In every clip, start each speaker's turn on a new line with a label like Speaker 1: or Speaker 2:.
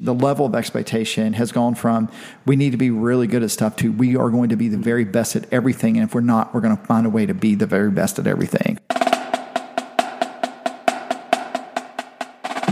Speaker 1: the level of expectation has gone from we need to be really good at stuff to we are going to be the very best at everything. And if we're not, we're going to find a way to be the very best at everything.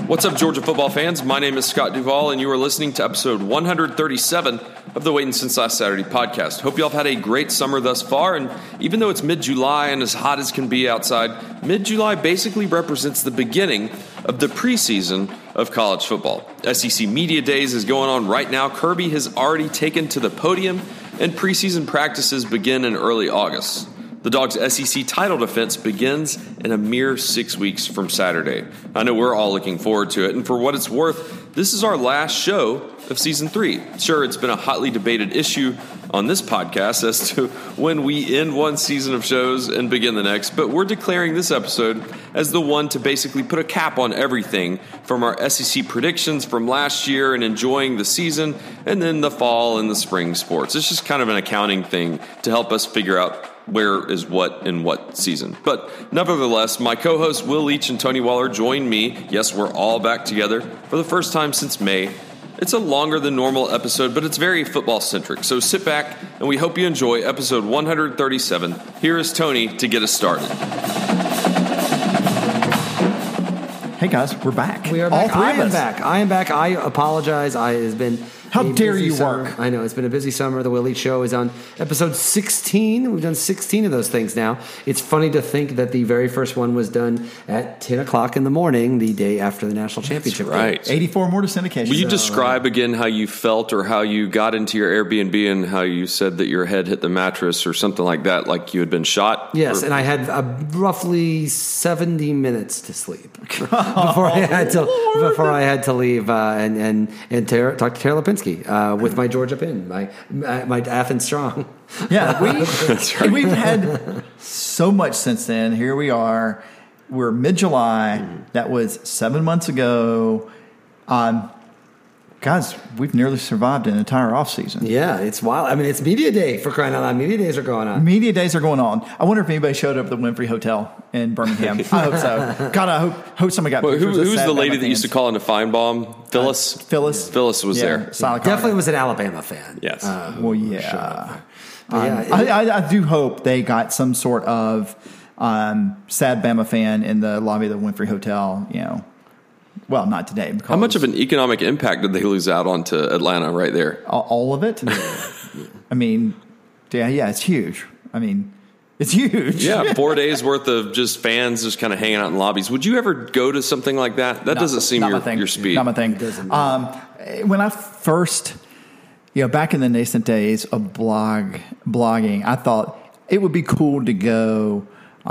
Speaker 2: What's up, Georgia football fans? My name is Scott Duvall, and you are listening to episode 137 of the Waiting Since Last Saturday podcast. Hope y'all have had a great summer thus far, and even though it's mid July and as hot as can be outside, mid July basically represents the beginning of the preseason of college football. SEC Media Days is going on right now. Kirby has already taken to the podium, and preseason practices begin in early August. The Dogs' SEC title defense begins in a mere six weeks from Saturday. I know we're all looking forward to it, and for what it's worth, this is our last show of season three. Sure, it's been a hotly debated issue on this podcast as to when we end one season of shows and begin the next, but we're declaring this episode as the one to basically put a cap on everything from our SEC predictions from last year and enjoying the season, and then the fall and the spring sports. It's just kind of an accounting thing to help us figure out where is what in what season. But nevertheless, my co hosts Will Leach and Tony Waller join me. Yes, we're all back together for the first time since May. It's a longer than normal episode, but it's very football centric. So sit back and we hope you enjoy episode 137. Here is Tony to get us started.
Speaker 1: Hey guys, we're back.
Speaker 3: We are back.
Speaker 1: All three
Speaker 3: I
Speaker 1: of
Speaker 3: am
Speaker 1: us.
Speaker 3: back. I am back. I apologize. I it has been.
Speaker 1: How
Speaker 3: a
Speaker 1: dare
Speaker 3: busy
Speaker 1: you
Speaker 3: summer.
Speaker 1: work.
Speaker 3: I know it's been a busy summer. The Willie Show is on episode 16. We've done 16 of those things now. It's funny to think that the very first one was done at 10 o'clock in the morning, the day after the national championship. game.
Speaker 2: Right.
Speaker 1: 84 more to syndication.
Speaker 2: Will you describe again how you felt or how you got into your Airbnb and how you said that your head hit the mattress or something like that, like you had been shot?
Speaker 3: Yes,
Speaker 2: Or-
Speaker 3: and I had uh, roughly seventy minutes to sleep before I had to before I had to leave uh, and and and Tara, talk to Tara Lipinski uh, with my Georgia pin, my my, my Athens strong.
Speaker 1: Yeah, we, we've had so much since then. Here we are. We're mid July. That was seven months ago. Um, guys, we've nearly survived an entire off season.
Speaker 3: Yeah, it's wild. I mean, it's media day for crying out loud. Media days are going on.
Speaker 1: Media days are going on. I wonder if anybody showed up at the Winfrey Hotel in Birmingham. I hope so. God, I hope, hope somebody got
Speaker 2: But who,
Speaker 1: pictures of
Speaker 2: who's
Speaker 1: Saturday
Speaker 2: the
Speaker 1: on
Speaker 2: lady
Speaker 1: my
Speaker 2: that used to
Speaker 1: hands.
Speaker 2: call in a fine bomb? Phyllis.
Speaker 1: Uh, Phyllis?
Speaker 2: Phyllis was
Speaker 1: Yeah,
Speaker 2: there.
Speaker 1: Solid
Speaker 3: Definitely
Speaker 1: comment.
Speaker 3: was an Alabama fan.
Speaker 2: Yes.
Speaker 1: Well,
Speaker 3: showed
Speaker 1: yeah.
Speaker 3: But yeah,
Speaker 1: Um,
Speaker 3: it-
Speaker 1: I, I, I do hope they got some sort of um, sad Bama fan in the lobby of the Winfrey Hotel. You know, well, not today. Because
Speaker 2: How much of an economic impact did they lose out on to Atlanta right there?
Speaker 1: all, all of it? I mean, yeah, yeah, it's huge. I mean, it's huge.
Speaker 2: Yeah, four days worth of just fans just kind of hanging out in lobbies. Would you ever go to something like that? That
Speaker 1: Not-
Speaker 2: doesn't seem
Speaker 1: not my
Speaker 2: your,
Speaker 1: thing.
Speaker 2: your speed.
Speaker 1: Not my thing. Um, eh, when I first, you know, back in the nascent days of blog blogging, I thought it would be cool to go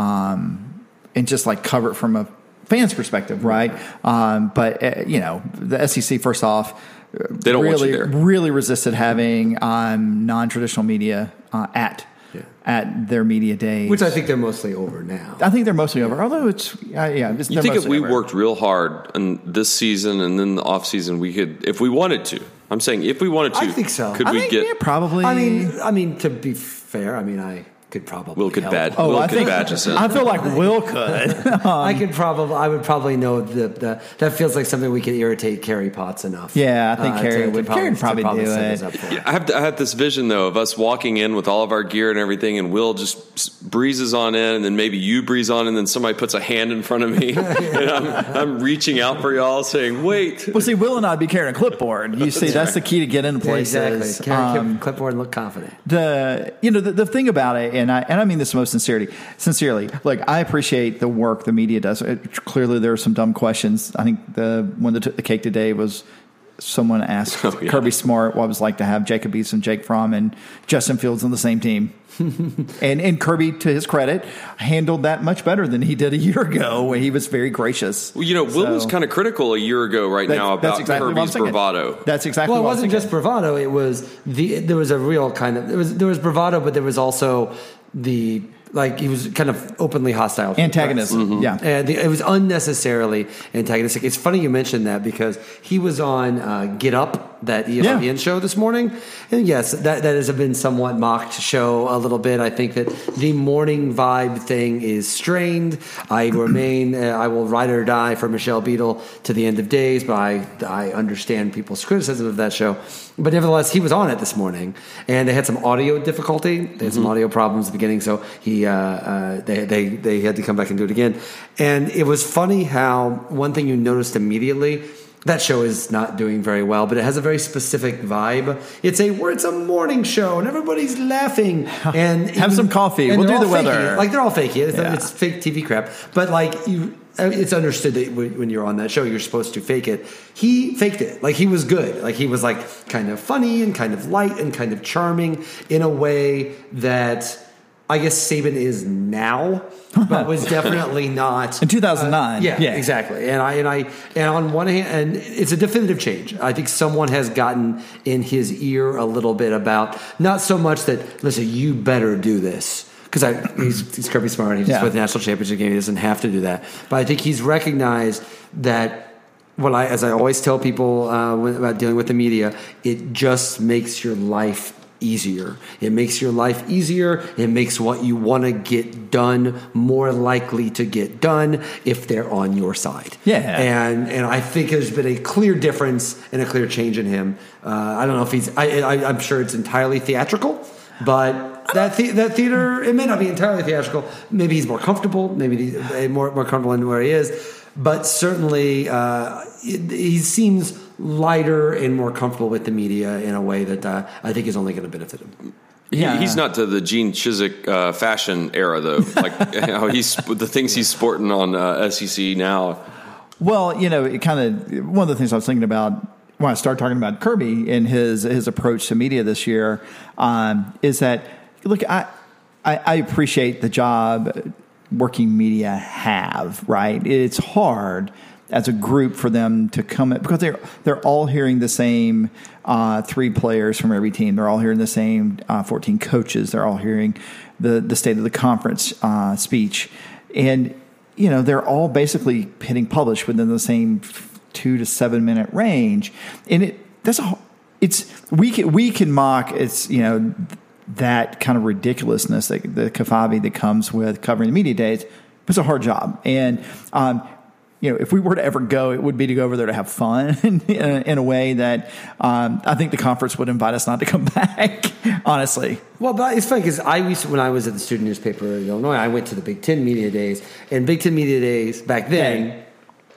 Speaker 1: um, and just like cover it from a fan's perspective, right? Um, but eh, you know, the SEC first off,
Speaker 2: They don't want
Speaker 1: really,
Speaker 2: you there.
Speaker 1: really resisted having um, non-traditional media uh, at
Speaker 3: Yeah.
Speaker 1: at their media days,
Speaker 3: which I think they're mostly over now.
Speaker 1: I think they're mostly over. Although it's yeah, yeah it's,
Speaker 2: you
Speaker 1: they're
Speaker 2: think if
Speaker 1: mostly
Speaker 2: we
Speaker 1: over.
Speaker 2: worked real hard in this season and then the off season, we could, if we wanted to. I'm saying if we wanted to.
Speaker 3: I think so.
Speaker 2: Could
Speaker 1: I
Speaker 2: we
Speaker 1: think
Speaker 2: get?
Speaker 1: yeah, probably.
Speaker 3: I mean, I mean to be fair, I mean I could probably
Speaker 2: Will could
Speaker 3: help.
Speaker 2: bad. Will could badge us in.
Speaker 1: Oh, I feel like Will could.
Speaker 3: I could probably, I would probably know the, the that feels like something we could irritate Carrie Potts enough. uh,
Speaker 1: Yeah, I think Carrie
Speaker 3: to- to
Speaker 1: would- Carrie would
Speaker 3: to
Speaker 1: probably do
Speaker 3: set
Speaker 1: it.
Speaker 3: us up for
Speaker 2: Yeah, I have, I have this vision though of us walking in with all of our gear and everything, and Will just s- breezes on in, and then maybe you breeze on, and then somebody puts a hand in front of me, and I'm, I'm reaching out for y'all, saying, "Wait,
Speaker 1: well, see, Will and I'd be carrying a clipboard. You see, that's the key to get into
Speaker 3: Yeah,
Speaker 1: places.
Speaker 3: exactly. Carrie
Speaker 1: Um,
Speaker 3: kept clipboard and look confident.
Speaker 1: the you know the, the thing about it, and I and I mean this with most sincerity. Sincerely, like I appreciate the work the media does. It, clearly, there are some dumb questions. I think the one that took the cake today was. Someone asked
Speaker 2: Oh, yeah.
Speaker 1: Kirby Smart what it was like to have Jacob Eason, Jake Fromm, and Justin Fields on the same team. and and Kirby, to his credit, handled that much better than he did a year ago when he was very gracious.
Speaker 2: Well, you know, Will was
Speaker 1: So-
Speaker 2: kind of critical a year ago right
Speaker 1: That's-
Speaker 2: now
Speaker 1: that's
Speaker 2: about
Speaker 1: exactly what I was
Speaker 2: Kirby's
Speaker 1: thinking.
Speaker 2: bravado.
Speaker 1: That's exactly
Speaker 3: Well, it
Speaker 1: what I was
Speaker 3: wasn't
Speaker 1: thinking.
Speaker 3: just bravado. It was the there was a real kind of there was there was bravado, but there was also the like he was kind of openly hostile to the
Speaker 1: Antagonism,
Speaker 3: press.
Speaker 1: Mhm. yeah.
Speaker 3: and the, it was unnecessarily antagonistic. It's funny you mentioned that because he was on uh, Get Up that ESPN
Speaker 1: Yeah.
Speaker 3: show this morning. And yes, that, that has been somewhat mocked show a little bit. I think that the morning vibe thing is strained. I remain, uh, I will ride or die for Michelle Beadle to the end of days, but I, I understand people's criticism of that show. But nevertheless, he was on it this morning, and they had some audio difficulty. They had some audio problems at the beginning, so he uh, uh, they, they they had to come back and do it again. And it was funny how one thing you noticed immediately that show is not doing very well, but it has a very specific vibe. It's a it's a morning show, and everybody's laughing. And
Speaker 1: Have some coffee.
Speaker 3: and
Speaker 1: We'll
Speaker 3: they're
Speaker 1: do
Speaker 3: all
Speaker 1: the
Speaker 3: faking
Speaker 1: weather.
Speaker 3: it. Like they're all fake. It's,
Speaker 1: Yeah.
Speaker 3: it's fake TV crap. But like you, uh, it's understood that when when you're on that show, you're supposed to fake it. He faked it. Like he was good. Like he was like kind of funny and kind of light and kind of charming in a way that I guess Saban is now, but was definitely not uh,
Speaker 1: In 2009.
Speaker 3: yeah,
Speaker 1: yeah.
Speaker 3: exactly. And I and I and on one hand, and it's a definitive change. I think someone has gotten in his ear a little bit about not so much that listen, you better do this because I he's, he's Kirby Smart. He's
Speaker 1: Yeah.
Speaker 3: with the national championship game. He doesn't have to do that. But I think he's recognized that. Well, I, as I always tell people uh, when, about dealing with the media, it just makes your life easier. It makes your life easier. It makes what you want to get done more likely to get done if they're on your side.
Speaker 1: Yeah.
Speaker 3: and and I think there's been a clear difference and a clear change in him. Uh, I don't know if he's. I, I, I'm sure it's entirely theatrical, but that the, that theater it may not be entirely theatrical. Maybe he's more comfortable. Maybe he's uh, more more comfortable in where he is. But certainly, uh, it- he seems lighter and more comfortable with the media in a way that uh, I think is only going to benefit him.
Speaker 2: He,
Speaker 1: Yeah.
Speaker 2: He's not to the Gene Chiswick uh, fashion era though. Like how he's the things he's sporting on uh, SEC now.
Speaker 1: Well, you know, it kind of one of the things I was thinking about when I started talking about Kirby and his his approach to media this year um, is that look, I, I I appreciate the job working media have right. It's hard as a group for them to come at, because they're they're all hearing the same uh, three players from every team. They're all hearing the same uh, fourteen coaches. They're all hearing the the state of the conference uh, speech and you know they're all basically hitting publish within the same two to seven minute range and it that's a it's we can we can mock it's you know that kind of ridiculousness that the kafabi that comes with covering the media days but it's a hard job and um you know, if we were to ever go, it would be to go over there to have fun in, in a way that um, I think the conference would invite us not to come back. Honestly,
Speaker 3: Well, but it's funny because I used to- when I was at the student newspaper in Illinois, I went to the Big Ten Media Days, and Big Ten Media Days back then.
Speaker 1: Day.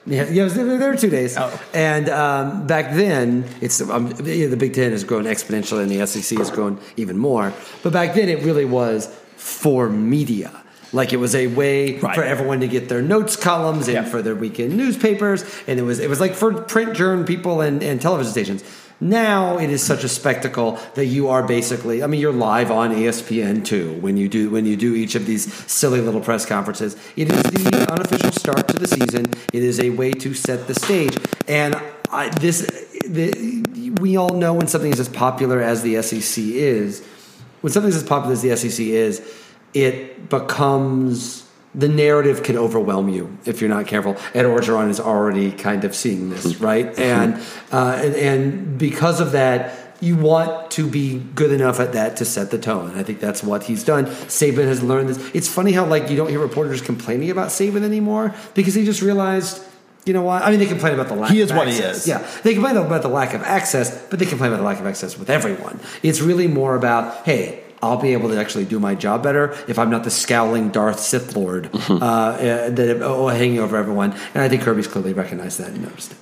Speaker 3: Yeah, yeah, it was, there were two days,
Speaker 1: Oh.
Speaker 3: and um, back then it's um, you know, the Big Ten has grown exponentially, and the SEC has grown even more. But back then, it really was for media. Like it was a way
Speaker 1: Right.
Speaker 3: for everyone to get their notes columns and
Speaker 1: Yeah.
Speaker 3: for their weekend newspapers, and it was it was like for print journal people and, and television stations. Now it is such a spectacle that you are basically I mean you're live on E ESPN two when you do when you do each of these silly little press conferences. It is the unofficial start to the season. It is a way to set the stage, and I, this the, we all know when something is as popular as the SEC is when something's as popular as the SEC is, it becomes the narrative can overwhelm you if you're not careful. Ed Orgeron is already kind of seeing this,
Speaker 1: Mm-hmm.
Speaker 3: right? And uh, and, and because of that. You want to be good enough at that to set the tone. I think that's what he's done. Saban has learned this. It's funny how like you don't hear reporters complaining about Saban anymore because he just realized, you know what? I mean, they complain about the lack.
Speaker 1: He
Speaker 3: of
Speaker 1: is what he
Speaker 3: access.
Speaker 1: is.
Speaker 3: Yeah, yeah, they complain about the lack of access, but they complain about the lack of access with everyone. It's really more about, hey, I'll be able to actually do my job better if I'm not the scowling Darth Sith Lord uh, uh, that oh, hanging over everyone. And I think Kirby's clearly recognized that and noticed it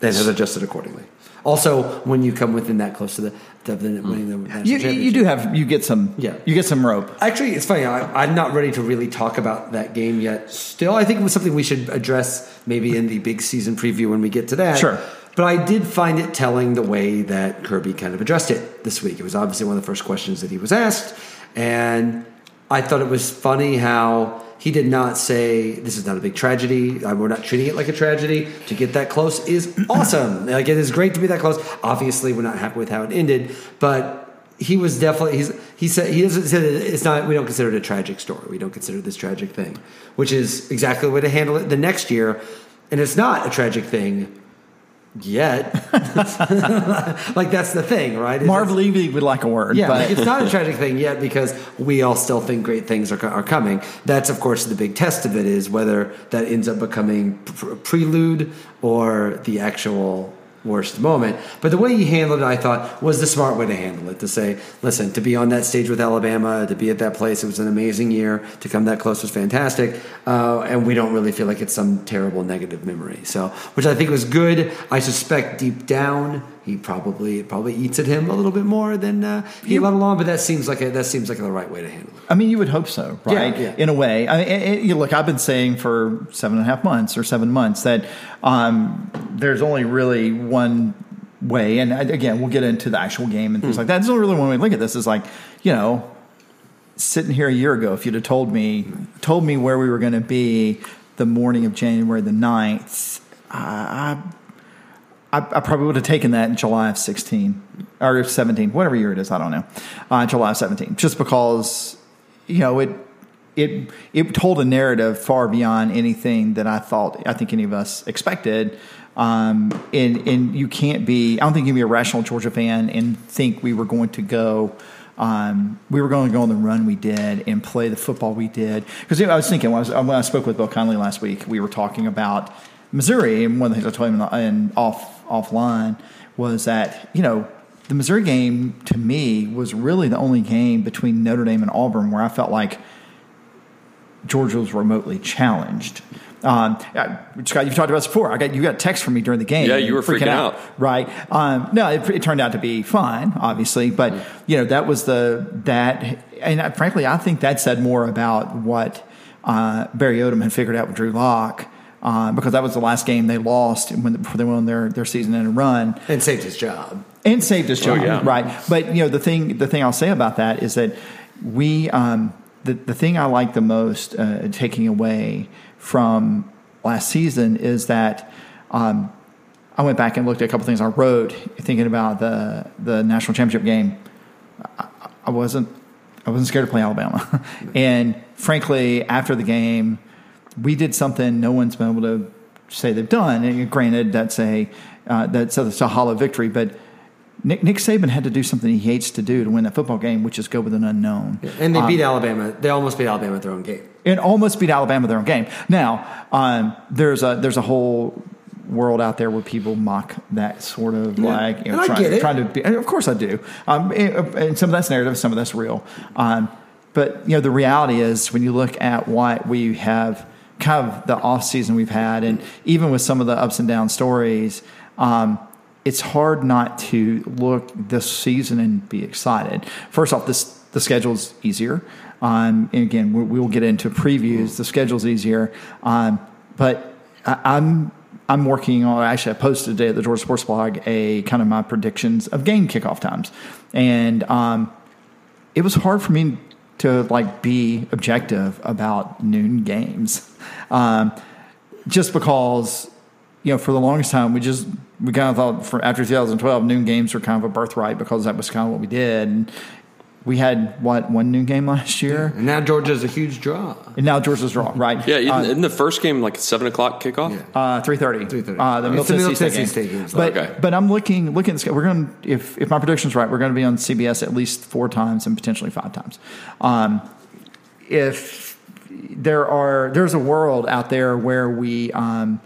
Speaker 3: and has adjusted accordingly. Also, when you come within that close to the, to the winning the national
Speaker 1: you, you
Speaker 3: championship,
Speaker 1: you do have you get some
Speaker 3: Yeah.
Speaker 1: you get some rope.
Speaker 3: Actually, it's funny. I, I'm not ready to really talk about that game yet. Still, I think it was something we should address maybe in the big season preview when we get to that.
Speaker 1: Sure.
Speaker 3: But I did find it telling the way that Kirby kind of addressed it this week. It was obviously one of the first questions that he was asked, and I thought it was funny how he did not say this is not a big tragedy. uh, We're not treating it like a tragedy. To get that close is awesome. like it is great to be that close. Obviously, we're not happy with how it ended, but he was definitely he's he said he doesn't say that it's not we don't consider it a tragic story we don't consider this tragic thing which is exactly the way to handle it the next year and it's not a tragic thing yet. like that's the thing, right? Is
Speaker 1: Marv Levy would like a word,
Speaker 3: Yeah,
Speaker 1: but
Speaker 3: like, it's not a tragic thing yet because we all still think great things are, co- are coming. That's, of course, the big test of it is whether that ends up becoming pr- prelude or the actual worst moment. But the way he handled it, I thought, was the smart way to handle it. To say, listen, to be on that stage with Alabama, to be at that place, it was an amazing year. To come that close was fantastic, uh, and we don't really feel like it's some terrible negative memory. So, which I think was good. I suspect deep down he probably it probably eats at him a little bit more than uh, he let along. But that seems like a, that seems like the right way to handle it.
Speaker 1: I mean, you would hope so,
Speaker 3: Yeah,
Speaker 1: right?
Speaker 3: yeah.
Speaker 1: In a way, I mean, it, it- you look, I've been saying for seven and a half months or seven months that um, there's only really one way, and I- again, we'll get into the actual game
Speaker 3: Hmm.
Speaker 1: and things like that. There's only really one way to look at this. Is like, you know, sitting here a year ago, if you'd have told me told me where we were going to be the morning of January the 9th, I, I I probably would have taken that in July of sixteen or seventeen, whatever year it is. I don't know. Uh, July of seventeen, just because you know it it it told a narrative far beyond anything that I thought I think any of us expected. Um, and and you can't be I don't think you can be a rational Georgia fan and think we were going to go. Um, we were going to go on the run we did and play the football we did because you know, I was thinking when I, was, when I spoke with Bill Conley last week we were talking about Missouri and one of the things I told him in, in off offline was that you know the Missouri game to me was really the only game between Notre Dame and Auburn where I felt like Georgia was remotely challenged. Um, I- Scott, you've talked about this before. I got you got a text from me during the game.
Speaker 2: Yeah, you were freaking out.
Speaker 1: right? Um, no, it, it turned out to be fine, obviously, but
Speaker 2: Mm-hmm.
Speaker 1: you know that was the that, and I, frankly, I think that said more about what uh, Barry Odom had figured out with Drew Locke. Uh, because that was the last game they lost when before they won their, their season in a run
Speaker 3: And saved his job.
Speaker 1: and saved his job,
Speaker 2: yeah.
Speaker 1: right? But you know the thing the thing I'll say about that is that we um, the the thing I like the most uh, taking away from last season is that um, I went back and looked at a couple things I wrote thinking about the the national championship game. I, I wasn't I wasn't scared to play Alabama, and frankly, after the game, we did something no one's been able to say they've done. And granted, that's a uh, that's a, it's a hollow victory, but. Nick, Nick Saban had to do something he hates to do to win that football game, which is go with an unknown
Speaker 3: And they beat Alabama. They almost beat Alabama at their own game.
Speaker 1: and almost beat Alabama their own game. Now, um, there's a there's a whole world out there where people mock that sort of like you
Speaker 3: And
Speaker 1: know,
Speaker 3: I
Speaker 1: trying,
Speaker 3: get it.
Speaker 1: trying to be. and Of course, I do. Um, and, and some of that's narrative, some of that's real. Um, but you know, the reality is when you look at what we have, kind of the off season we've had, and even with some of the ups and down stories. Um, it's hard not to look this season and be excited. First off, this the schedule's easier. Um, and again, we, we will get into previews. The schedule's easier, um, but I, I'm I'm working on. Actually, I posted today at the Georgia Sports Blog a kind of my predictions of game kickoff times, and um, it was hard for me to like be objective about noon games. Um, just because you know for the longest time we just we kind of thought for after 2012 noon games were kind of a birthright because that was kind of what we did and we had what one noon game last year
Speaker 3: And now Georgia's a huge draw.
Speaker 1: and now georgia's draw right
Speaker 2: Yeah, isn't,
Speaker 1: Uh,
Speaker 2: isn't the first game like seven o'clock kickoff?
Speaker 3: Yeah.
Speaker 1: uh, three thirty.
Speaker 3: 3:30.
Speaker 1: Uh, the
Speaker 3: It's
Speaker 1: Middle
Speaker 3: the
Speaker 1: Tennessee,
Speaker 3: Middle
Speaker 1: State,
Speaker 3: Tennessee State
Speaker 1: game.
Speaker 3: games.
Speaker 1: But
Speaker 2: Okay.
Speaker 1: but I'm looking looking at this. We're going to if if my prediction's right, we're going to be on CBS at least four times and potentially five times. Um, if there are there's a world out there where we um,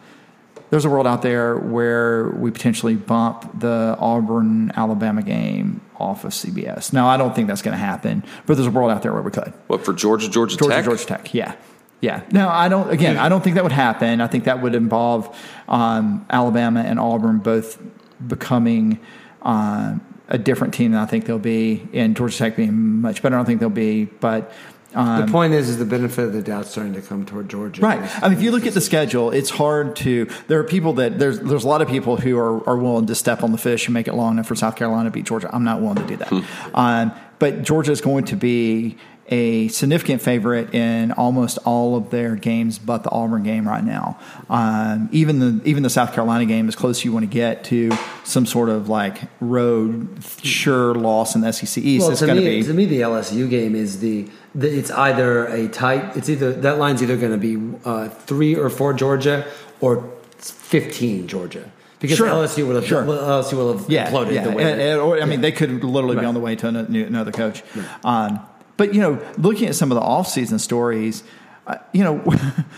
Speaker 1: there's a world out there where we potentially bump the Auburn Alabama game off of CBS. Now I don't think that's going to happen, but there's a world out there where we could.
Speaker 2: What for Georgia, Georgia,
Speaker 1: Georgia,
Speaker 2: Tech?
Speaker 1: Georgia Tech. Yeah, yeah. No, I don't. Again, I don't think that would happen. I think that would involve um, Alabama and Auburn both becoming um a different team than I think they'll be, and Georgia Tech being much better. I don't think they'll be, but. Um,
Speaker 3: the point is, is the benefit of the doubt's starting to come toward Georgia.
Speaker 1: Right. I mean, if you look at the schedule, it's hard to. There are people that there's there's a lot of people who are, are willing to step on the fish and make it long enough for South Carolina to beat Georgia. I'm not willing to do that. um, but Georgia is going to be a significant favorite in almost all of their games, but the Auburn game right now. Um, even the even the South Carolina game, as close as you want to get to some sort of like road sure loss in the SEC East,
Speaker 3: Well,
Speaker 1: it's
Speaker 3: to
Speaker 1: going to
Speaker 3: me,
Speaker 1: be
Speaker 3: to me, the LSU game is the, the it's either a tight. It's either that line's either going to be uh, three or four Georgia or fifteen Georgia. because
Speaker 1: Sure.
Speaker 3: LSU would have
Speaker 1: Sure.
Speaker 3: well, LSU will have
Speaker 1: yeah,
Speaker 3: imploded
Speaker 1: yeah.
Speaker 3: the way.
Speaker 1: And-
Speaker 3: that-
Speaker 1: and- or, I mean, they could literally
Speaker 3: Right.
Speaker 1: be on the way to ano- new- another coach. Um, but you know, looking at some of the off-season stories, uh, you know,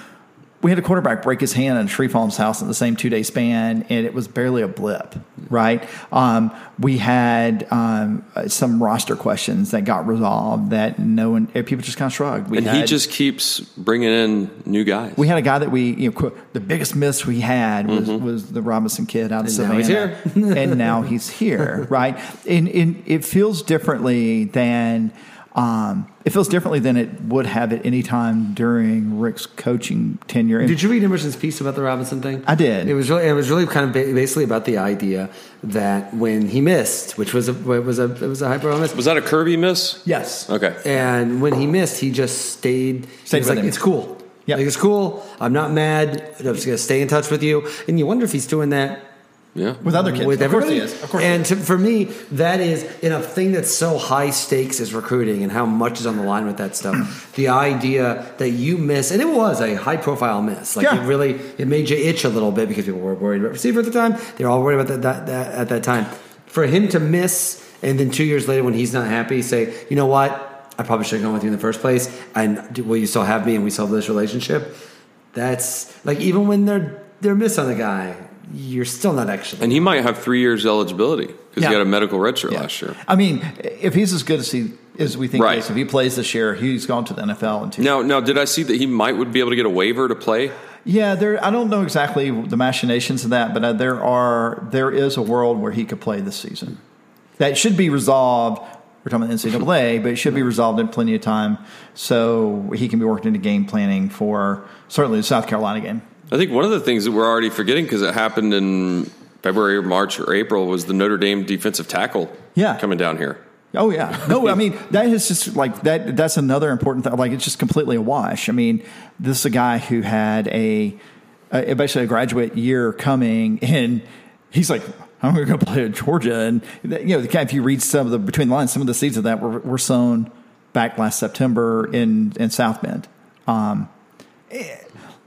Speaker 1: we had a quarterback break his hand in Treeform's house in the same two-day span, and it was barely a blip, right? Um, we had um, uh, some roster questions that got resolved that no one, eh, people just kind of shrugged. We
Speaker 2: And he
Speaker 1: had-
Speaker 2: just keeps bringing in new guys.
Speaker 1: we had a guy that we, you know, qu- the biggest miss we had was, was the Robinson kid out of
Speaker 3: Mm-hmm. now
Speaker 1: Savannah,
Speaker 3: he's
Speaker 1: and now he's here, right? And, and it feels differently than um, it feels differently than it would have at any time during Rick's coaching tenure. And
Speaker 3: Did you read Emerson's piece about the Robinson thing?
Speaker 1: I did.
Speaker 3: It was really, it was really kind of ba- basically about the idea that when he missed, which was a it was a it was a hyper miss,
Speaker 2: was that a Kirby miss?
Speaker 1: yes,
Speaker 2: Okay.
Speaker 3: and when he missed, he just stayed.
Speaker 1: Stayed
Speaker 3: he
Speaker 1: with
Speaker 3: was like,
Speaker 1: him.
Speaker 3: it's cool.
Speaker 1: Yep.
Speaker 3: Like, it's cool. I'm not mad. I'm just gonna stay in touch with you. And you wonder if he's doing that
Speaker 2: Yeah.
Speaker 1: with other kids,
Speaker 3: with
Speaker 1: Of course
Speaker 3: everybody.
Speaker 1: he is. Of course he
Speaker 3: and to, for me, that is in a thing that's so high stakes as recruiting and how much is on the line with that stuff. the idea that you miss, and it was a high profile miss. Like
Speaker 1: Yeah.
Speaker 3: it really, it made you itch a little bit because people were worried about receiver at the time. They were all worried about that, that, that at that time. For him to miss, and then two years later when he's not happy, say, you know what? I probably should have gone with you in the first place. And do- will you still have me? And we still have this relationship. That's like even when they're they're missing the guy, you're still not actually.
Speaker 2: And he might have three years eligibility because
Speaker 1: Yeah.
Speaker 2: he had a medical redshirt
Speaker 1: Yeah.
Speaker 2: last year.
Speaker 1: I mean, if he's as good as he as we think
Speaker 2: Right.
Speaker 1: he is, if he plays this year, he's gone to the NFL in two
Speaker 2: Now, now, did I see that he might would be able to get a waiver to play?
Speaker 1: Yeah, there. I don't know exactly the machinations of that, but uh, there are there is a world where he could play this season. That should be resolved. We're talking about NCAA, but it should be resolved in plenty of time, so he can be worked into game planning for certainly the South Carolina game.
Speaker 2: I think one of the things that we're already forgetting because it happened in February or March or April was the Notre Dame defensive tackle.
Speaker 1: Yeah.
Speaker 2: coming down here.
Speaker 1: Oh yeah, no, I mean that is just like that. That's another important thing. Like it's just completely a wash. I mean, this is a guy who had a, a basically a graduate year coming, and he's like, I'm going to go play at Georgia, and that- you know, the guy- if you read some of the between the lines, some of the seeds of that were, were sown back last September in in South Bend. Um, eh,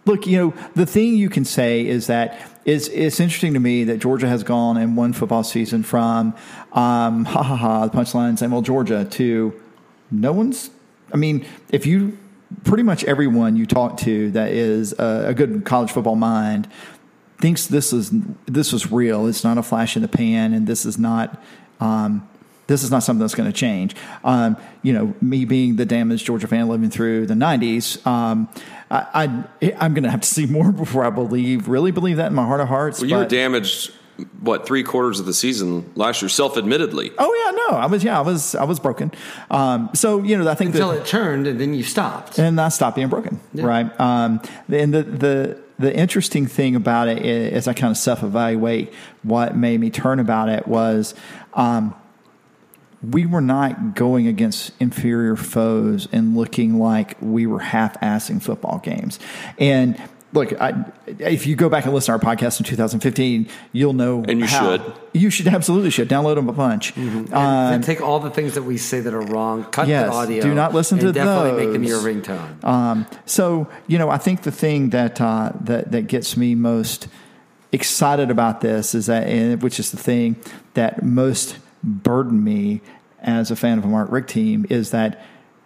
Speaker 1: look, you know, the thing you can say is that. It's, it's interesting to me that Georgia has gone in one football season from um, ha ha ha the punchline saying well Georgia to no one's I mean if you pretty much everyone you talk to that is a, a good college football mind thinks this is this is real it's not a flash in the pan and this is not um, this is not something that's going to change. Um, you know, me being the damaged Georgia fan living through the '90s, um, I, I I'm going to have to see more before I believe really believe that in my heart of hearts.
Speaker 2: Well, you were
Speaker 1: but-
Speaker 2: damaged what three quarters of the season last year, self admittedly.
Speaker 1: Oh yeah, no, I was yeah, I was I was broken. Um, so you know, I think
Speaker 3: until
Speaker 1: that,
Speaker 3: it turned and then you stopped.
Speaker 1: and I stopped being broken, right? Um, and the the the interesting thing about it is, as I kind of self evaluate what made me turn about it was. Um, we were not going against inferior foes and looking like we were half-assing football games. And look, I, if you go back and listen to our podcast in 2015, you'll know.
Speaker 2: And you
Speaker 1: how.
Speaker 2: should. Mm-hmm.
Speaker 1: You should absolutely should download them a bunch.
Speaker 3: and, and take all the things that we say that are wrong, cut
Speaker 1: uh, Yes,
Speaker 3: the audio.
Speaker 1: do not listen
Speaker 3: and
Speaker 1: to
Speaker 3: definitely make them your
Speaker 1: those.
Speaker 3: ringtone.
Speaker 1: Um, so you know, I think the thing that uh, that that gets me most excited about this is that, and, which is the thing that most burdened me as a fan of a Mark Rick team, is that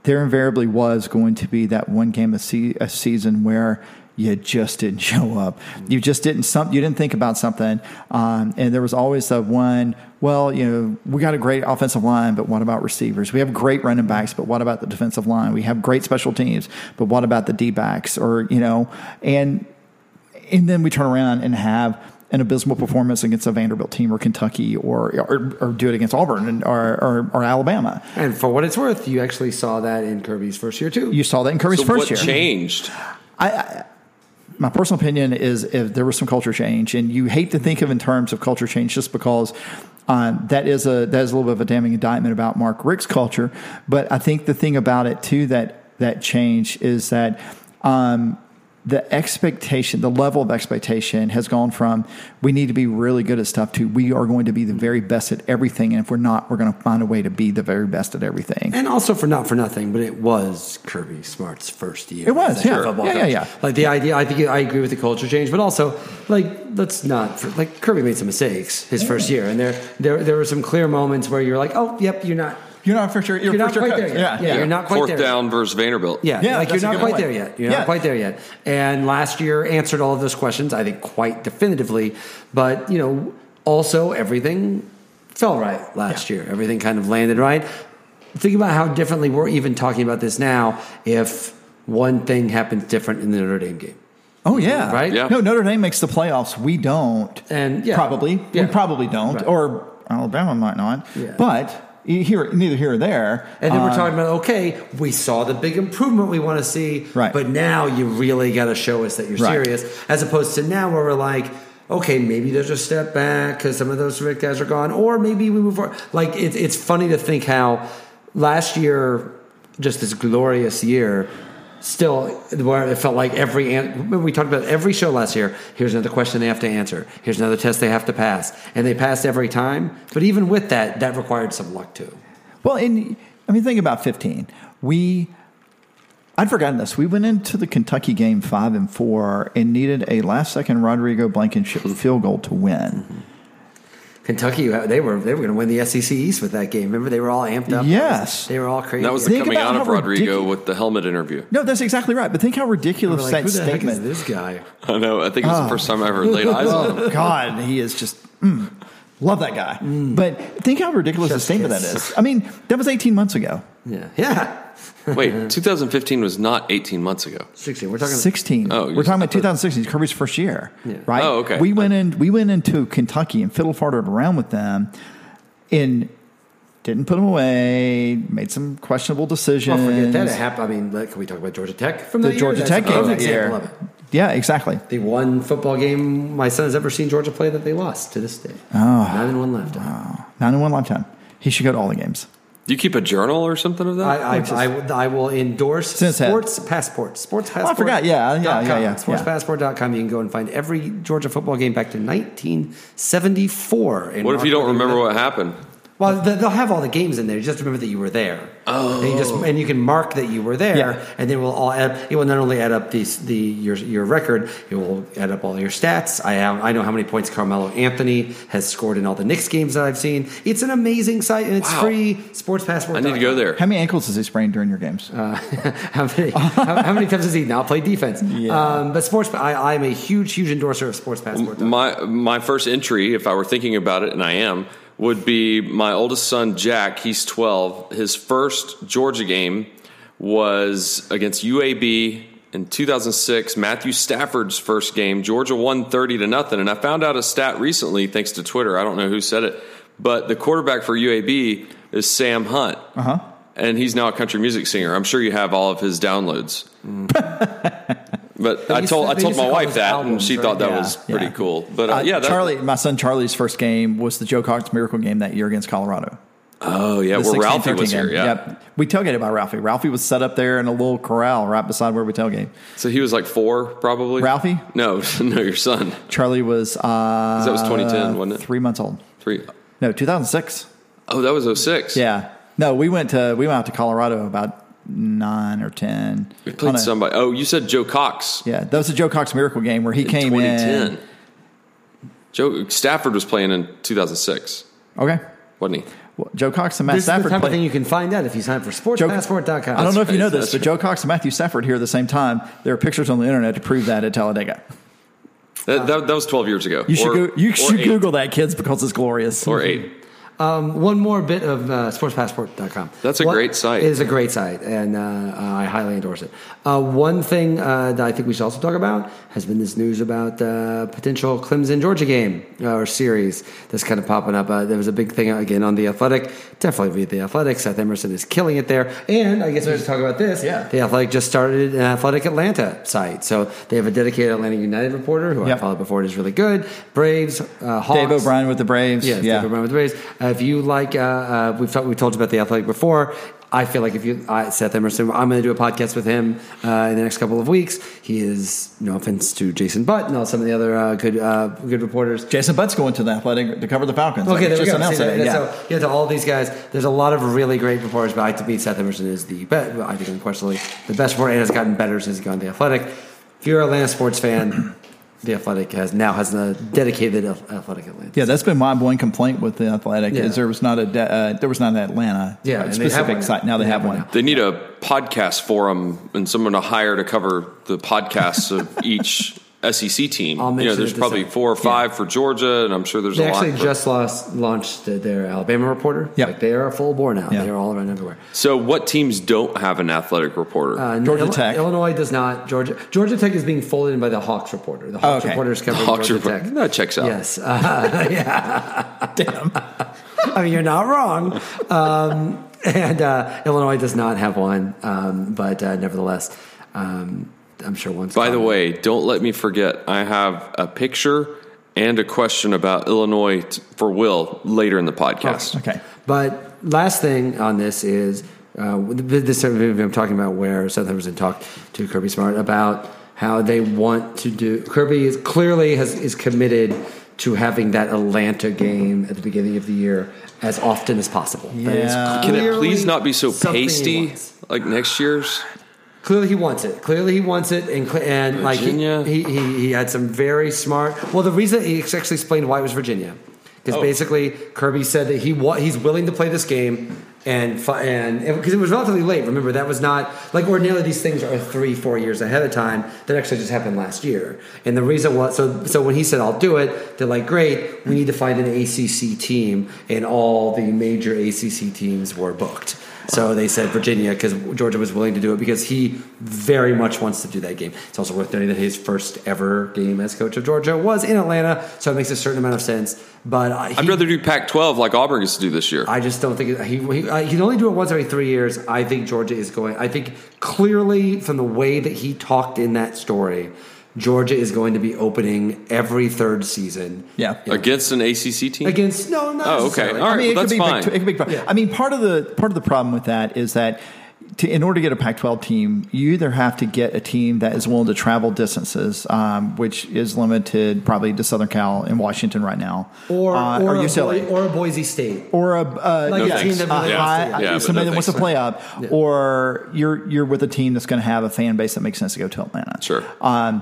Speaker 1: there invariably was going to be that one game a, se- a season where you just didn't show up. You just didn't some, you didn't think about something, um, and there was always the one. Well, you know, we got a great offensive line, but what about receivers? We have great running backs, but what about the defensive line? We have great special teams, but what about the D backs? Or you know, and and then we turn around and have an abysmal performance against a Vanderbilt team or Kentucky or or, or do it against Auburn and, or, or or Alabama.
Speaker 3: And for what it's worth, you actually saw that in Kirby's first year too.
Speaker 1: You saw that in Curry's
Speaker 2: So
Speaker 1: first
Speaker 2: what
Speaker 1: year.
Speaker 2: changed?
Speaker 1: I, I my personal opinion is if there was some culture change, and you hate to think of in terms of culture change just because um, that is a that is a little bit of a damning indictment about Mark Rick's culture. But I think the thing about it too that that change is that um, the expectation, the level of expectation has gone from we need to be really good at stuff to we are going to be the very best at everything. And if we're not, we're going to find a way to be the very best at everything.
Speaker 3: And also for not for nothing, but it was Kirby Smart's first year.
Speaker 1: It was,
Speaker 3: as a
Speaker 1: yeah.
Speaker 3: football
Speaker 1: Yeah, yeah,
Speaker 3: coach.
Speaker 1: yeah.
Speaker 3: Like the idea, I think I agree with the culture change, but also like let's not like Kirby made some mistakes his first year, and there there there were some clear moments where you're like, oh, yep, you're not
Speaker 1: You're not for sure. You're,
Speaker 3: you're,
Speaker 1: for
Speaker 3: not
Speaker 1: sure
Speaker 3: quite
Speaker 1: coach.
Speaker 3: there yet. Yeah, you're not quite
Speaker 2: Fourth
Speaker 3: there.
Speaker 2: down versus Vanderbilt.
Speaker 3: Yeah,
Speaker 1: Yeah,
Speaker 3: like you're
Speaker 1: that's a
Speaker 3: not
Speaker 1: good
Speaker 3: quite
Speaker 1: point.
Speaker 3: there yet. You're
Speaker 1: Yeah.
Speaker 3: not quite there yet. And last year answered all of those questions, I think, quite definitively. But you know, also everything fell right last year. Everything kind of landed right. Think about how differently we're even talking about this now. If one thing happens different in the Notre Dame game,
Speaker 1: Oh yeah,
Speaker 3: Right?
Speaker 2: Yeah.
Speaker 1: No, Notre Dame makes the playoffs. We don't,
Speaker 3: And, yeah.
Speaker 1: probably
Speaker 3: Yeah.
Speaker 1: we probably don't,
Speaker 3: Right.
Speaker 1: or Alabama might not.
Speaker 3: Yeah.
Speaker 1: But here, neither here or there.
Speaker 3: and then
Speaker 1: Uh,
Speaker 3: we're talking about okay, we saw the big improvement we want to see,
Speaker 1: Right.
Speaker 3: But now you really got to show us that you're
Speaker 1: Right.
Speaker 3: serious, as opposed to now where we're like, okay, maybe there's a step back because some of those Rick guys are gone, or maybe we move on. Like it's it's funny to think how last year, just this glorious year. Still, where it felt like every an- remember we talked about every show last year. Here's another question they have to answer. Here's another test they have to pass, and they passed every time. But even with that, that required some luck too.
Speaker 1: well, and I mean, think about fifteen. We, I'd forgotten this. We went into the Kentucky game five and four and needed a last-second Rodrigo Blankenship field goal to win.
Speaker 3: Kentucky, uh, they were they were going to win the SEC East with that game. Remember, they were all amped up.
Speaker 1: Yes.
Speaker 3: they were all crazy.
Speaker 2: That was the
Speaker 1: Think
Speaker 2: coming
Speaker 1: about
Speaker 2: out of
Speaker 1: how
Speaker 2: Rodrigo
Speaker 1: ridicu-
Speaker 2: with the helmet interview.
Speaker 1: No, that's exactly right. But think how ridiculous
Speaker 3: We're
Speaker 1: that
Speaker 3: like, who the heck
Speaker 1: statement
Speaker 3: is this guy?
Speaker 2: I know. I think it was
Speaker 1: Ah.
Speaker 2: the first time I ever laid eyes on him.
Speaker 1: Oh God, he is just mm, love that guy. But think how ridiculous the
Speaker 3: Mm. Chef's
Speaker 1: statement
Speaker 3: kiss.
Speaker 1: that is. I mean, that was 18 months ago.
Speaker 3: Yeah, yeah,
Speaker 2: Wait, 2015 was not 18 months ago.
Speaker 3: sixteen. We're talking
Speaker 1: 16.
Speaker 2: Oh,
Speaker 1: We're
Speaker 2: you're-
Speaker 1: talking about 2016. It's Kirby's first year,
Speaker 3: Yeah.
Speaker 1: right?
Speaker 2: Oh, okay.
Speaker 1: We went in. We went into Kentucky and fiddle farted around with them, and didn't put them away. Made some questionable decisions.
Speaker 3: Don't Oh, forget that it happened. I mean, like, can we talk about Georgia Tech from
Speaker 1: the
Speaker 3: that year?
Speaker 1: Georgia
Speaker 3: That's
Speaker 1: Tech
Speaker 3: a perfect
Speaker 1: game that year.
Speaker 3: example of it.
Speaker 1: Yeah, exactly.
Speaker 3: The one football game my son has ever seen Georgia play that they lost to this day. Oh,
Speaker 1: Ah.
Speaker 3: nine and one left.
Speaker 1: Nine in one lifetime. He should go to all the games.
Speaker 2: Do you keep a journal or something of that?
Speaker 3: I, I, I, I will endorse
Speaker 1: Since had-
Speaker 3: Sports Passport. Sports Passport.
Speaker 1: forgot. Yeah, yeah,
Speaker 3: dot com.
Speaker 1: yeah, yeah,
Speaker 3: SportsPassport.com. You can go and find every Georgia football game back to 1974.
Speaker 2: what if you don't remember what happened?
Speaker 3: Well, th- they'll have all the games in there. Just remember that you were there. Oh, and you, just, and you can mark that you were there,
Speaker 1: Yeah.
Speaker 3: and then will all add, up- it will not only add up these the your your record, it will add up all your stats. I have, I know how many points Carmelo Anthony has scored in all the Knicks games that I've seen. It's an amazing site, and it's
Speaker 2: Wow.
Speaker 3: free. Sports Passport.
Speaker 2: I need to go there.
Speaker 1: How many ankles does he sprain during your games?
Speaker 3: Uh, how many how, how many times has he now played defense?
Speaker 1: Yeah.
Speaker 3: Um, but sports, I, I'm a huge, huge endorser of sports passport.
Speaker 2: My my first entry, if I were thinking about it, and I am, would be my oldest son Jack. He's twelve. His first Georgia game was against UAB in 2006. Matthew Stafford's first game. Georgia won 30 to nothing. And I found out a stat recently, thanks to Twitter. I don't know who said it, but the quarterback for UAB is Sam Hunt. Uh huh. And he's now a country music singer. I'm sure you have all of his downloads. But I
Speaker 3: used
Speaker 2: told
Speaker 3: to-
Speaker 2: I
Speaker 3: they
Speaker 2: told
Speaker 3: used to
Speaker 2: my
Speaker 3: call
Speaker 2: wife
Speaker 3: those
Speaker 2: that, and
Speaker 3: albums,
Speaker 2: she
Speaker 3: right?
Speaker 2: thought that
Speaker 1: Yeah,
Speaker 2: was pretty
Speaker 1: yeah.
Speaker 2: cool. But uh,
Speaker 1: Uh,
Speaker 2: yeah, that,
Speaker 1: Charlie, my son Charlie's first game was the Joe Cox miracle game that year against Colorado.
Speaker 2: Oh yeah,
Speaker 1: The 16,
Speaker 2: where Ralphie
Speaker 1: 13
Speaker 2: was here.
Speaker 1: game.
Speaker 2: Yeah.
Speaker 1: Yep. We tailgated by Ralphie. Ralphie was set up there in a little corral right beside where we tailgate.
Speaker 2: So he was like four, probably.
Speaker 1: Ralphie?
Speaker 2: No, no, your son.
Speaker 1: Charlie was uh,
Speaker 2: That was 2010, wasn't it?
Speaker 1: Three months old.
Speaker 2: Three.
Speaker 1: No, 2006.
Speaker 2: Oh, that was 06.
Speaker 1: Yeah. No, we went to we went out to Colorado about nine or ten.
Speaker 2: We played
Speaker 1: On a-
Speaker 2: somebody. Oh, you said Joe Cox.
Speaker 1: Yeah, that was the Joe Cox miracle game where he
Speaker 2: in
Speaker 1: came
Speaker 2: 2010.
Speaker 1: in.
Speaker 2: Joe Stafford was playing in 2006,
Speaker 1: Okay.
Speaker 2: wasn't he?
Speaker 1: Well, Joe Cox and Matt
Speaker 3: This is the
Speaker 1: Stafford
Speaker 3: type of
Speaker 1: played.
Speaker 3: thing you can find out if you sign up for
Speaker 1: Joe-
Speaker 3: sportspassport.com.
Speaker 1: I don't know if you know this,
Speaker 2: That's
Speaker 1: but Joe Cox and Matthew Stafford here at the same time. There are pictures on the internet to prove that at Talladega.
Speaker 2: That, that, that was 12 years ago.
Speaker 1: Uh, You should
Speaker 2: Or-
Speaker 1: go, you
Speaker 2: or
Speaker 1: should
Speaker 2: eight.
Speaker 1: Google that, kids, because it's glorious.
Speaker 2: or eight.
Speaker 3: Um, one more bit of uh, sportspassport.com.
Speaker 2: That's a
Speaker 3: What-
Speaker 2: great site.
Speaker 3: It is a great site, and uh, I highly endorse it. Uh, one thing uh, that I think we should also talk about has been this news about uh, potential Clemson Georgia game uh, or series that's kind of popping up. Uh, there was a big thing again on the Athletic. Definitely read the Athletic. Seth Emerson is killing it there, and I guess we should talk about this.
Speaker 1: Yeah.
Speaker 3: the Athletic just started an Athletic Atlanta site, so they have a dedicated Atlanta United reporter who I
Speaker 1: Yep.
Speaker 3: followed before. It is really good. Braves, uh, Hawks.
Speaker 1: Dave O'Brien with the Braves.
Speaker 3: Yeah,
Speaker 1: yeah.
Speaker 3: Dave O'Brien with the Braves. Uh, If you like, uh, uh, we've talked, we told you about the athletic before. I feel like if you I, Seth Emerson, I'm going to do a podcast with him uh, in the next couple of weeks. He is no offense to Jason Butt and all some of the other uh, good uh, good reporters.
Speaker 1: Jason Butt's going to the Athletic to cover the Falcons.
Speaker 3: Okay,
Speaker 1: Like,
Speaker 3: there
Speaker 1: just
Speaker 3: we go.
Speaker 1: announced
Speaker 3: See,
Speaker 1: it.
Speaker 3: that-
Speaker 1: Yeah.
Speaker 3: that's how- yeah, to all these guys, there's a lot of really great reporters, but I, to me, Seth Emerson is the best. I think, unquestionably, the best reporter, and has gotten better since he's gone to the Athletic. If you're a Atlanta sports fan, the Athletic has now has a dedicated ath- Athletic Atlanta.
Speaker 1: yeah, that's been my one complaint with the Athletic
Speaker 3: Yeah.
Speaker 1: is there was not a de- uh, there was not an Atlanta
Speaker 3: Yeah,
Speaker 1: uh,
Speaker 3: and they have
Speaker 1: specific
Speaker 3: one now.
Speaker 1: site. Now they, have, one.
Speaker 3: now.
Speaker 2: They need a podcast forum and someone to hire to cover the podcasts of each SEC team.
Speaker 3: I'll
Speaker 2: you know, there's
Speaker 3: mention it this
Speaker 2: probably
Speaker 3: time.
Speaker 2: four or
Speaker 3: Yeah.
Speaker 2: five for Georgia, and I'm sure there's
Speaker 3: They
Speaker 2: a lot.
Speaker 3: actually
Speaker 2: for-
Speaker 3: just lost launched their Alabama reporter.
Speaker 1: Yep.
Speaker 3: Like they are full bore now.
Speaker 1: Yeah.
Speaker 3: They are all around everywhere.
Speaker 2: so, what teams don't have an athletic reporter?
Speaker 3: Uh,
Speaker 1: Georgia
Speaker 3: Illi-
Speaker 1: Tech.
Speaker 3: Illinois does not. Georgia Georgia Tech is being folded in by the Hawks reporter. The Hawks
Speaker 1: okay.
Speaker 3: reporter is covering
Speaker 2: Hawks
Speaker 3: Georgia
Speaker 2: report-
Speaker 3: Tech.
Speaker 2: That checks out.
Speaker 3: Yes. Uh, yeah. Damn. I mean, you're not wrong. Um, and uh, Illinois does not have one, um, but uh, nevertheless, um, I'm sure once.
Speaker 2: By the way, don't let me forget. I have a picture and a question about Illinois t- for Will later in the podcast.
Speaker 1: Okay.
Speaker 3: But last thing on this is uh, this interview I'm talking about where Seth Emerson talked to Kirby Smart about how they want to do. Kirby is clearly has is committed to having that Atlanta game at the beginning of the year as often as possible. That is
Speaker 1: Yeah.
Speaker 2: Can it
Speaker 3: clearly
Speaker 2: please not be so
Speaker 3: something he
Speaker 2: pasty
Speaker 3: wants.
Speaker 2: like next year's?
Speaker 3: Clearly, he wants it. Clearly, he wants it, and cle- and like he,
Speaker 2: Virginia.
Speaker 3: he, he he had some very smart. Well, the reason he actually explained why it was Virginia, because basically Kirby said that he wa- he's willing to play this game, and fi- and because it was relatively late. Remember that was not like ordinarily these things are three four years ahead of time. That actually just happened last year, and the reason was so so when he said I'll do it, they're like great. We need to find an ACC team, and all the major ACC teams were booked. So they said Virginia because Georgia was willing to do it because he very much wants to do that game. It's also worth noting that his first ever game as coach of Georgia was in Atlanta, so it makes a certain amount of sense. But I,
Speaker 2: I'd
Speaker 3: he-
Speaker 2: rather do Pac 12 like Auburn gets to do this year.
Speaker 3: I just don't think he, he uh, he'd only do it once every three years. I think Georgia is going. I think clearly from the way that he talked in that story, Georgia is going to be opening every third season
Speaker 1: Yeah.
Speaker 2: Against an ACC team?
Speaker 3: against no, not
Speaker 2: Oh, okay.
Speaker 3: necessarily.
Speaker 2: All right.
Speaker 1: I mean, it
Speaker 2: well,
Speaker 1: could be
Speaker 2: that's
Speaker 1: Big,
Speaker 2: fine.
Speaker 1: it could be big,
Speaker 3: Yeah.
Speaker 1: I mean, part of the part of the problem with that is that to, in order to get a Pac-12 team, you either have to get a team that is willing to travel distances, um, which is limited probably to Southern Cal and Washington right now,
Speaker 3: Or,
Speaker 1: uh, or
Speaker 3: or, a
Speaker 1: UCLA.
Speaker 3: Boi- or a Boise State.
Speaker 1: or a uh,
Speaker 3: Like a
Speaker 1: yes,
Speaker 3: team that really
Speaker 1: a
Speaker 3: wants
Speaker 1: high,
Speaker 3: to- Yeah,
Speaker 2: but
Speaker 1: somebody
Speaker 2: no
Speaker 1: that wants to
Speaker 2: thanks.
Speaker 1: play up, or you're you're with a team that's going to have a fan base that makes sense to go to Atlanta.
Speaker 2: Sure.
Speaker 1: Um,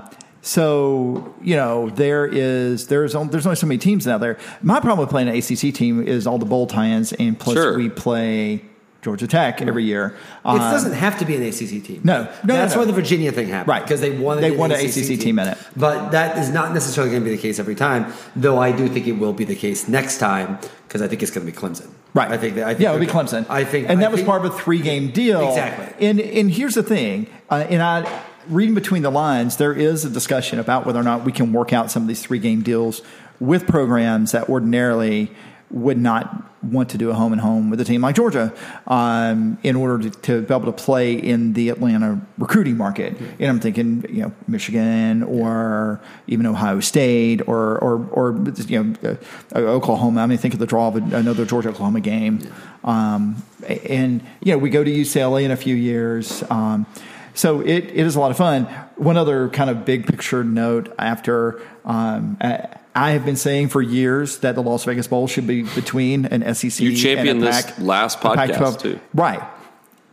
Speaker 1: so you know there is there's on- there's only so many teams out there. My problem with playing an ACC team is all the bowl tie-ins, and plus
Speaker 2: Sure.
Speaker 1: we play Georgia Tech every year.
Speaker 3: It
Speaker 1: Um,
Speaker 3: doesn't have to be an ACC team.
Speaker 1: No, no, no,
Speaker 3: that's
Speaker 1: no.
Speaker 3: why the Virginia thing happened,
Speaker 1: Right.
Speaker 3: Because they wanted
Speaker 1: They
Speaker 3: an
Speaker 1: wanted ACC team in it.
Speaker 3: But that is not necessarily going to be the case every time. Though I do think it will be the case next time because I think it's going to be Clemson.
Speaker 1: Right.
Speaker 3: I think that. I think
Speaker 1: yeah, it'll be
Speaker 3: they're-
Speaker 1: Clemson.
Speaker 3: I think,
Speaker 1: and
Speaker 3: I
Speaker 1: that was
Speaker 3: think-
Speaker 1: part of a three-game deal.
Speaker 3: Exactly.
Speaker 1: And and here's the thing, uh, and I reading between the lines, there is a discussion about whether or not we can work out some of these three-game deals with programs that ordinarily would not want to do a home and home with a team like Georgia um, in order to, to be able to play in the Atlanta recruiting market. And I'm thinking, you know, Michigan or even Ohio State or or or you know uh, Oklahoma. I mean, think of the draw of another Georgia Oklahoma game. Um, and you know, we go to UCLA in a few years. Um, so it, it is a lot of fun. One other kind of big picture note after um, I I have been saying for years that the Las Vegas Bowl should be between an SEC
Speaker 2: You championed
Speaker 1: and a
Speaker 2: this
Speaker 1: PAC,
Speaker 2: last
Speaker 1: a Pac-12.
Speaker 2: podcast, too.
Speaker 1: Right.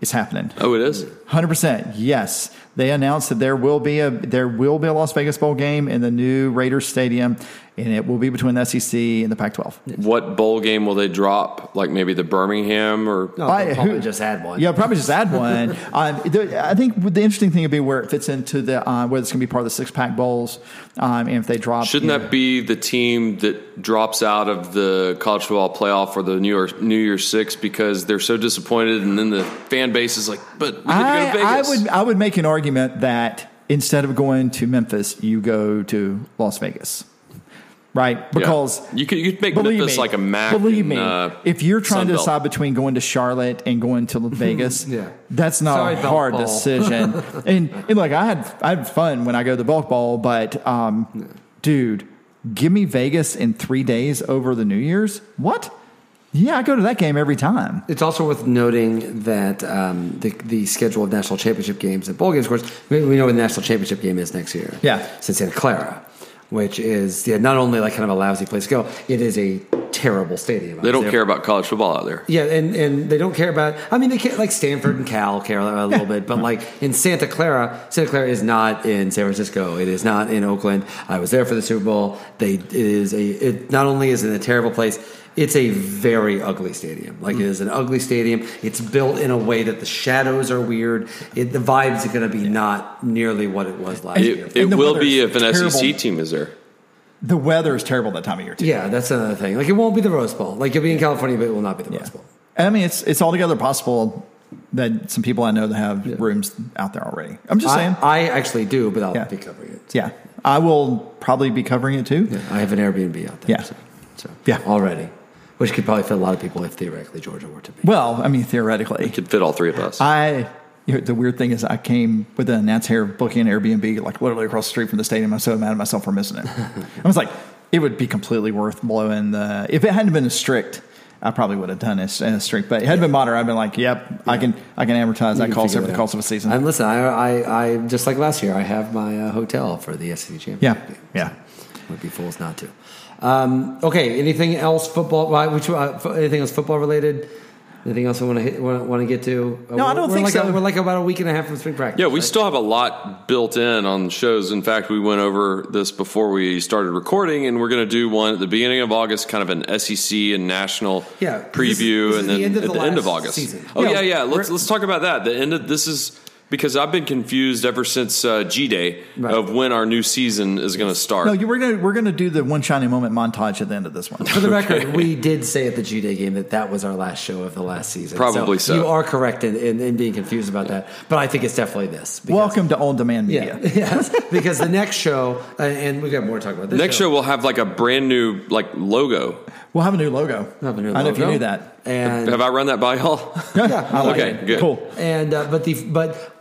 Speaker 1: It's happening.
Speaker 2: Oh, it is?
Speaker 1: 100% yes they announced that there will be a there will be a las vegas bowl game in the new raiders stadium and it will be between the sec and the pac 12
Speaker 2: What bowl game will they drop? Like maybe the Birmingham or.
Speaker 3: No,
Speaker 1: Why-
Speaker 3: they'll probably
Speaker 1: who-
Speaker 3: just had one.
Speaker 1: yeah probably just add one um, the, i think the interesting thing would be where it fits into the uh, whether it's going to be part of the six pack bowls um, and if they drop
Speaker 2: Shouldn't
Speaker 1: you know-
Speaker 2: that be the team that drops out of the college football playoff or the New York New Year's Six because they're so disappointed, and then the fan base is like, "But we get
Speaker 1: I,
Speaker 2: to go to
Speaker 1: I
Speaker 2: Vegas."
Speaker 1: would I would make an argument that instead of going to Memphis, you go to Las Vegas, right?
Speaker 2: Yeah.
Speaker 1: Because
Speaker 2: you could you could make
Speaker 1: believe
Speaker 2: Memphis
Speaker 1: me,
Speaker 2: like a Mac.
Speaker 1: Believe
Speaker 2: and,
Speaker 1: me,
Speaker 2: uh,
Speaker 1: if you're trying
Speaker 2: Sun
Speaker 1: to
Speaker 2: Belt.
Speaker 1: decide between going to Charlotte and going to Vegas,
Speaker 3: Yeah.
Speaker 1: that's not
Speaker 3: Sorry,
Speaker 1: a
Speaker 3: Belt
Speaker 1: hard
Speaker 3: Bowl.
Speaker 1: decision. and and look, I had I had fun when I go to the bulk ball, but um, dude, give me Vegas in three days over the New Year's. What? Yeah, I go to that game every time.
Speaker 3: It's also worth noting that um, the, the schedule of national championship games and bowl games, of course, we, we know what the national championship game is next year.
Speaker 1: Yeah.
Speaker 3: It's in Santa Clara, which is yeah, not only like kind of a lousy place to go, it is a terrible stadium.
Speaker 2: They don't
Speaker 3: Obviously,
Speaker 2: care about college football out there.
Speaker 3: Yeah, and, and they don't care about. I mean, they care like Stanford and Cal care a little bit, but like in Santa Clara, Santa Clara is not in San Francisco. It is not in Oakland. I was there for the Super Bowl. They it is a. It not only is it a terrible place. It's a very ugly stadium. Like it is an ugly stadium. It's built in a way that the shadows are weird. It, the vibes are going to be not nearly what it was last year.
Speaker 2: It, it
Speaker 1: And the
Speaker 2: will be if
Speaker 1: weather's
Speaker 2: an SEC
Speaker 1: terrible.
Speaker 2: team is there.
Speaker 1: The weather is terrible that time of year too.
Speaker 3: yeah, that's another thing. Like it won't be the Rose Bowl. Like you'll be in California, but it will not be the Rose Bowl.
Speaker 1: And I mean, it's it's altogether possible that some people I know that have rooms out there already. I'm just saying.
Speaker 3: I, I actually do, but I'll
Speaker 1: Yeah.
Speaker 3: be covering it.
Speaker 1: yeah, I will probably be covering it too.
Speaker 3: I have an Airbnb out there.
Speaker 1: Yeah.
Speaker 3: So, so-
Speaker 1: Yeah.
Speaker 3: Already. Which could probably fit a lot of people if theoretically Georgia were to be.
Speaker 1: Well, I mean, theoretically,
Speaker 2: Could fit all three of us.
Speaker 1: I. You know, the weird thing is, I came with an announce here of booking an Airbnb like literally across the street from the stadium. I'm so mad at myself for missing it. I was like, it would be completely worth blowing the. If it hadn't been as strict, I probably would have done it as as strict. But it had been moderate, I'd been like, yep, I can I can amortize that
Speaker 3: You
Speaker 1: cost over
Speaker 3: figure that
Speaker 1: the
Speaker 3: out.
Speaker 1: cost of a season.
Speaker 3: And listen, I, I, I just like last year, I have my uh, hotel for the SEC championship.
Speaker 1: yeah,
Speaker 3: game.
Speaker 1: yeah.
Speaker 3: Would be fools not to. Um, okay. Anything else football? why- Which uh, fo- anything else football related? Anything else I want to want to get to? Uh,
Speaker 1: No, I don't
Speaker 3: we're
Speaker 1: think
Speaker 3: like
Speaker 1: so.
Speaker 3: we're like about a week and a half from spring practice.
Speaker 2: yeah, we
Speaker 3: right?
Speaker 2: still have a lot built in on shows. In fact, we went over this before we started recording, and we're going to do one at the beginning of August, kind of an SEC and national
Speaker 3: Yeah, this is-
Speaker 2: preview,
Speaker 3: this is
Speaker 2: and
Speaker 3: the
Speaker 2: then
Speaker 3: end of
Speaker 2: at
Speaker 3: the
Speaker 2: the end
Speaker 3: last
Speaker 2: of August.
Speaker 3: season.
Speaker 2: Oh
Speaker 3: Yeah,
Speaker 2: yeah, yeah. Let's
Speaker 3: we're-
Speaker 2: let's talk about that. The end of this is because I've been confused ever since uh, G Day
Speaker 3: Right.
Speaker 2: of when our new season is going to start.
Speaker 1: No, you, we're gonna we're gonna do the one shiny moment montage at the end of this one.
Speaker 3: For the record, we did say at the G Day game that that was our last show of the last season.
Speaker 2: Probably so.
Speaker 3: You are correct in, in, in being confused about that, but I think it's definitely this. because-
Speaker 1: Welcome to On Demand
Speaker 3: Yeah,
Speaker 1: Media.
Speaker 3: yes, because the next show, uh, and we've got more to talk about this.
Speaker 2: Next show, we'll have like a brand new like logo.
Speaker 1: We'll have a new logo.
Speaker 3: We'll have a new
Speaker 1: I don't know if you
Speaker 3: logo.
Speaker 1: knew that.
Speaker 3: and
Speaker 2: Have I run that by y'all?
Speaker 3: yeah,
Speaker 1: I like
Speaker 2: Okay,
Speaker 1: it.
Speaker 2: good.
Speaker 1: Cool.
Speaker 3: and uh, but the but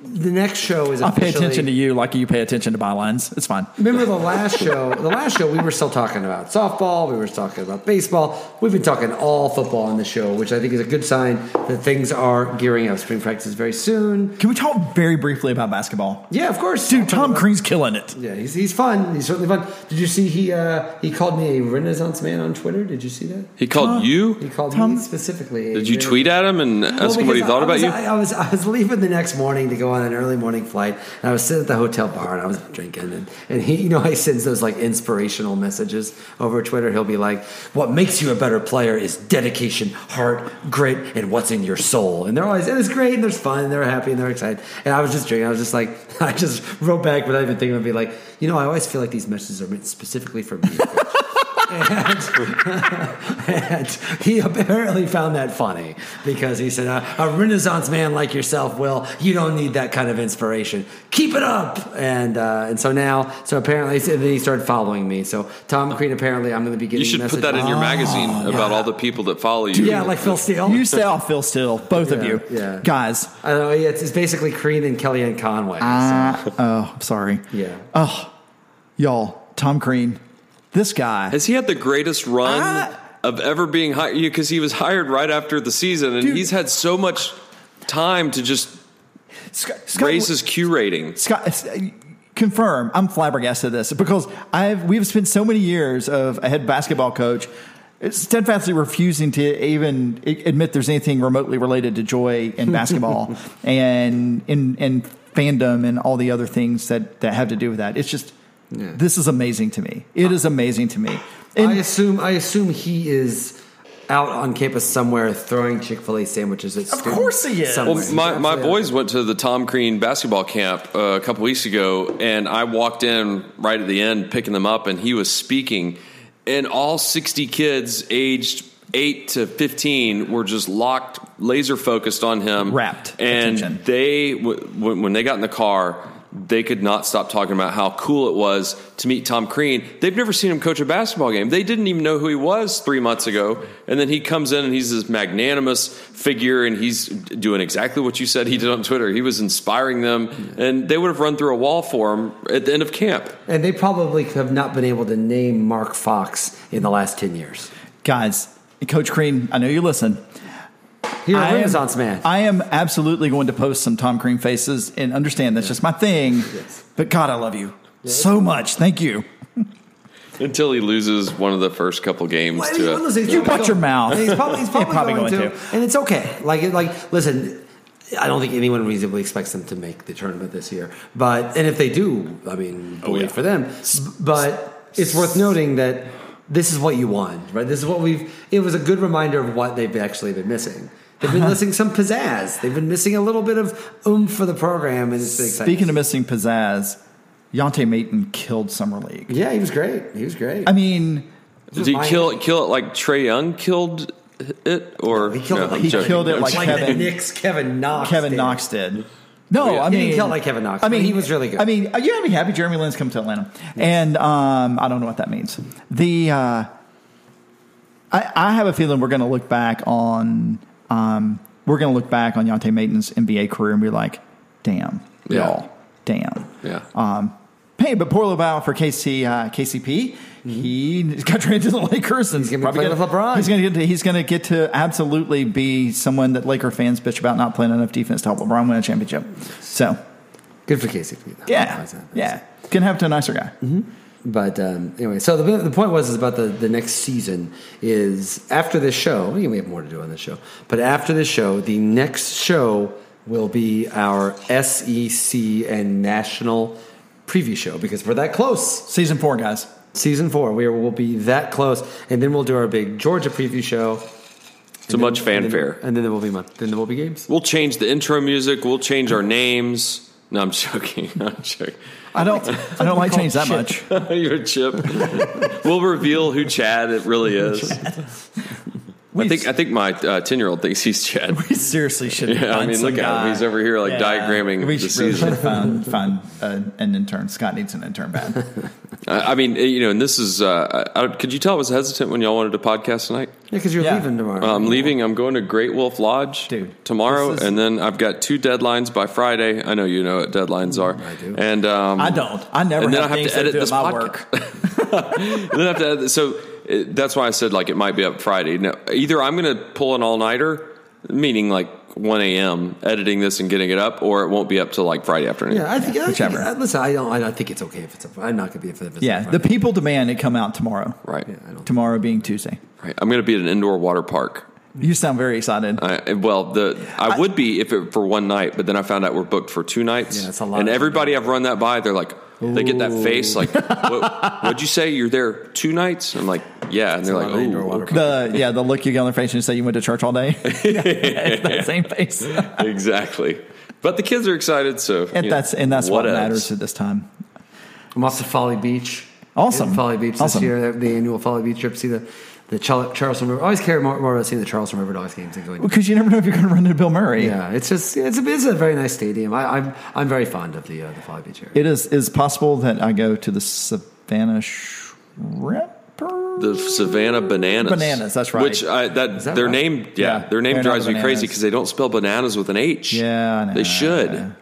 Speaker 3: the next show is.
Speaker 1: I pay attention to
Speaker 3: officially-
Speaker 1: you like you pay attention to bylines. It's fine.
Speaker 3: Remember the last show? The last show we were still talking about softball. We were talking about baseball. We've been talking all football on the show, which I think is a good sign that things are gearing up. Spring practice is very soon.
Speaker 1: Can we talk very briefly about basketball?
Speaker 3: Yeah, of course,
Speaker 1: Dude, Tom Crean's killing it.
Speaker 3: Yeah, he's, he's fun. He's certainly fun. Did you see he uh, he called me a Renaissance man on Twitter? Did you see that?
Speaker 2: He called
Speaker 3: He
Speaker 2: you.
Speaker 3: called
Speaker 1: Tom-
Speaker 3: me specifically. a
Speaker 2: Did you
Speaker 3: Rena-
Speaker 2: tweet at him and ask him
Speaker 3: Well,
Speaker 2: what he
Speaker 3: because
Speaker 2: thought
Speaker 3: I- I
Speaker 2: about
Speaker 3: was-
Speaker 2: you?
Speaker 3: I, I was I was leaving the next morning to go on an early morning flight, and I was sitting at the hotel bar and I was drinking. And, and he, you know, he sends those like inspirational messages over Twitter. He'll be like, "What makes you a better player is dedication, heart, grit, and what's in your soul." And they're always and it's great and there's fun and they're happy and they're excited. And I was just drinking. I was just like, I just wrote back without even thinking. I'd be like, you know, I always feel like these messages are meant specifically for me. and he apparently found that funny because he said, a, "A Renaissance man like yourself, Will, you don't need that kind of inspiration. Keep it up." And uh, and so now, so apparently, so then he started following me. So Tom Crean, apparently, I'm going to be getting.
Speaker 2: You should put
Speaker 3: message-
Speaker 2: that in your magazine about all the people that follow you.
Speaker 3: Yeah, like Phil Steele.
Speaker 1: You say, oh, Phil Still, both of
Speaker 3: Yeah,
Speaker 1: you.
Speaker 3: yeah.
Speaker 1: Guys,
Speaker 3: I don't know. yeah, It's, it's basically Crean and Kellyanne Conway. so-
Speaker 1: I, oh, I'm sorry.
Speaker 3: Yeah.
Speaker 1: Oh, y'all, Tom Crean, this guy.
Speaker 2: Has he had the greatest run
Speaker 1: I-
Speaker 2: of ever being hired? Because he was hired right after the season, and
Speaker 1: Dude.
Speaker 2: he's had so much time to just
Speaker 1: Scott- Scott-
Speaker 2: raise his Q rating.
Speaker 1: Scott, uh, confirm. I'm flabbergasted at this because I've we've spent so many years of a head basketball coach steadfastly refusing to even a- admit there's anything remotely related to joy in basketball and in and fandom and all the other things that that have to do with that. It's just this is amazing to me. It is amazing to me.
Speaker 3: I
Speaker 1: And
Speaker 3: assume I assume he is out on campus somewhere throwing Chick Fil A sandwiches at Of
Speaker 1: course he is.
Speaker 2: Well, my, my boys went to the Tom Crean basketball camp uh, a couple weeks ago, and I walked in right at the end picking them up, and he was speaking, and all 60 kids aged 8 to 15 were just locked, laser focused on him.
Speaker 1: Rapt
Speaker 2: And
Speaker 1: attention.
Speaker 2: they, w- when when they got in the car, they could not stop talking about how cool it was to meet Tom Crean. They've never seen him coach a basketball game. They didn't even know who he was three months ago. And then he comes in and he's this magnanimous figure and he's doing exactly what you said he did on Twitter. He was inspiring them, and they would have run through a wall for him at the end of camp.
Speaker 3: And they probably have not been able to name Mark Fox in the last 10 years.
Speaker 1: guys, Coach Crean, I know you listen.
Speaker 3: You're
Speaker 1: I
Speaker 3: a
Speaker 1: am-
Speaker 3: Renaissance man.
Speaker 1: I am absolutely going to post some Tom Crean faces and understand that's just my thing. But God, I love you so much. Thank you.
Speaker 2: until he loses one of the first couple games
Speaker 3: Well,
Speaker 2: to
Speaker 3: I mean, listen,
Speaker 2: a,
Speaker 3: he's
Speaker 1: You
Speaker 3: probably
Speaker 1: watch your mouth.
Speaker 3: He's probably, he's
Speaker 1: You're
Speaker 3: probably,
Speaker 1: probably
Speaker 3: going,
Speaker 1: going
Speaker 3: to,
Speaker 1: to.
Speaker 3: and it's okay. Like, it- like, listen, I don't think anyone reasonably expects them to make the tournament this year. But and if they do, I mean, oh,
Speaker 2: yeah.
Speaker 3: for them. But it's worth noting that this is what you want, right? This is what we've. It was a good reminder of what they've actually been missing. They've been missing some pizzazz. They've been missing a little bit of oomph for the program, and it's been exciting.
Speaker 1: Speaking of missing pizzazz, Yante Maton killed Summer League.
Speaker 3: yeah, he was great. He was great.
Speaker 1: I mean,
Speaker 2: Did he kill kill it like Trey Young killed it, or
Speaker 3: he killed
Speaker 2: No,
Speaker 3: it
Speaker 2: I'm
Speaker 3: like- He
Speaker 2: joking.
Speaker 1: killed it
Speaker 2: I'm
Speaker 1: like
Speaker 2: joking.
Speaker 3: like the
Speaker 1: Kevin-
Speaker 3: Knicks, Kevin Knox.
Speaker 1: Kevin
Speaker 3: did.
Speaker 1: Knox did. No, I
Speaker 3: He
Speaker 1: mean
Speaker 3: didn't kill like Kevin Knox,
Speaker 1: I mean,
Speaker 3: but he was really good.
Speaker 1: I mean, you gotta be happy Jeremy Lin's come to Atlanta, and um, I don't know what that means. The uh, I, I have a feeling we're gonna look back on um, we're gonna look back on Yante Maton's NBA career and be like, damn,
Speaker 2: Yeah.
Speaker 1: y'all, damn.
Speaker 2: Yeah.
Speaker 1: Um, hey, but poor Laval for KC, uh, KCP. He got traded to the Lakers, and he's
Speaker 3: Mm-hmm. gonna be playing with LeBron.
Speaker 1: He's going to get to, he's going to get to absolutely be someone that Laker fans bitch about not playing enough defense to help LeBron win a championship. So
Speaker 3: Good for KCP. though.
Speaker 1: yeah,
Speaker 3: That's- that's-
Speaker 1: yeah, can have to a nicer guy.
Speaker 3: Mm-hmm. But um, anyway, so the, the point was is about the, the next season is after this show. We have more to do on this show, but after this show, the next show will be our SEC and national preview show because we're that close.
Speaker 1: Season four, guys.
Speaker 3: Season four, we will be that close, and then we'll do our big Georgia preview show.
Speaker 2: To much
Speaker 3: and
Speaker 2: fanfare.
Speaker 3: then, and then there will be mon- then there will be games.
Speaker 2: We'll change the intro music. We'll change our names. No, I'm joking. I'm joking.
Speaker 1: I don't I don't like change that
Speaker 3: Shit.
Speaker 1: much.
Speaker 2: You're a chip. we'll reveal who Chad it really is. I think I think my ten year old thinks he's Chad.
Speaker 1: We seriously should.
Speaker 2: Yeah, I
Speaker 1: find
Speaker 2: mean,
Speaker 1: some
Speaker 2: look at him.
Speaker 1: guy.
Speaker 2: He's over here, like, diagramming
Speaker 1: We
Speaker 2: the
Speaker 1: should really
Speaker 2: season.
Speaker 1: should find find uh, an intern. Scott needs an intern bad.
Speaker 2: I I mean, you know, and this is. Uh, I, I, could you tell I was hesitant when y'all wanted to podcast tonight?
Speaker 3: Yeah, because you're
Speaker 1: Yeah.
Speaker 3: leaving tomorrow.
Speaker 2: I'm leaving. I'm going to Great Wolf Lodge
Speaker 1: Oh. Dude,
Speaker 2: tomorrow,
Speaker 1: this is-
Speaker 2: and then I've got two deadlines by Friday. I know you know what deadlines are. I
Speaker 3: do.
Speaker 2: And um,
Speaker 1: I don't. I never
Speaker 2: And then
Speaker 1: have
Speaker 2: I have
Speaker 1: things
Speaker 2: to edit
Speaker 1: that do
Speaker 2: this
Speaker 1: with my
Speaker 2: podca-
Speaker 1: work.
Speaker 2: and then I have to edit, so it, that's why I said like it might be up Friday. No, either I'm going to pull an all nighter, meaning like 1 a.m. editing this and getting it up, or it won't be up till like Friday afternoon.
Speaker 3: yeah, I think. I think
Speaker 1: whichever.
Speaker 3: I, listen, I don't. I don't think it's okay if it's. A, I'm not going to be if it's. a
Speaker 1: Yeah, the
Speaker 3: Friday.
Speaker 1: people demand it come out tomorrow.
Speaker 2: Right.
Speaker 3: Yeah, I don't.
Speaker 1: Tomorrow being Tuesday.
Speaker 2: right. I'm going to be at an indoor water park.
Speaker 1: You sound very excited.
Speaker 2: I, well, the I,
Speaker 1: I-
Speaker 2: would be if it for one night, but then I found out we're booked for two nights.
Speaker 3: Yeah, that's a lot.
Speaker 2: And everybody I've run that by, they're like, they get that face like, what, "What'd you say? You're there two nights?" I'm like, "Yeah," and they're
Speaker 3: a
Speaker 2: like,
Speaker 3: lot of indoor
Speaker 2: "Oh,
Speaker 3: water
Speaker 2: okay."
Speaker 1: The yeah, the look you get on their face and you say you went to church all day. yeah, it's that same face. and
Speaker 2: exactly." But the kids are excited, so you know,
Speaker 1: that's and that's what,
Speaker 2: else?
Speaker 1: matters at this time.
Speaker 3: I'm off to Folly Beach.
Speaker 1: Awesome.
Speaker 3: Yeah, Folly Beach this
Speaker 1: Awesome.
Speaker 3: year, the annual Folly Beach trip. See the the Char- Charleston River. I always care more, more about seeing the Charleston River Dogs games than going.
Speaker 1: Because you never know if you're going to run into Bill Murray.
Speaker 3: Yeah, it's just it's a it's a very nice stadium. I, I'm I'm very fond of the uh, the Folly Beach area.
Speaker 1: It is is possible that I go to the Savannah Shrimper.
Speaker 2: the Savannah Bananas.
Speaker 1: Bananas, that's right.
Speaker 2: Which I, that,
Speaker 3: that
Speaker 2: their
Speaker 3: right?
Speaker 2: name, yeah,
Speaker 1: Yeah,
Speaker 2: their name
Speaker 1: they're
Speaker 2: drives
Speaker 1: not
Speaker 2: me crazy
Speaker 1: bananas.
Speaker 2: because they don't spell bananas with an H.
Speaker 1: Yeah, I know.
Speaker 2: they should.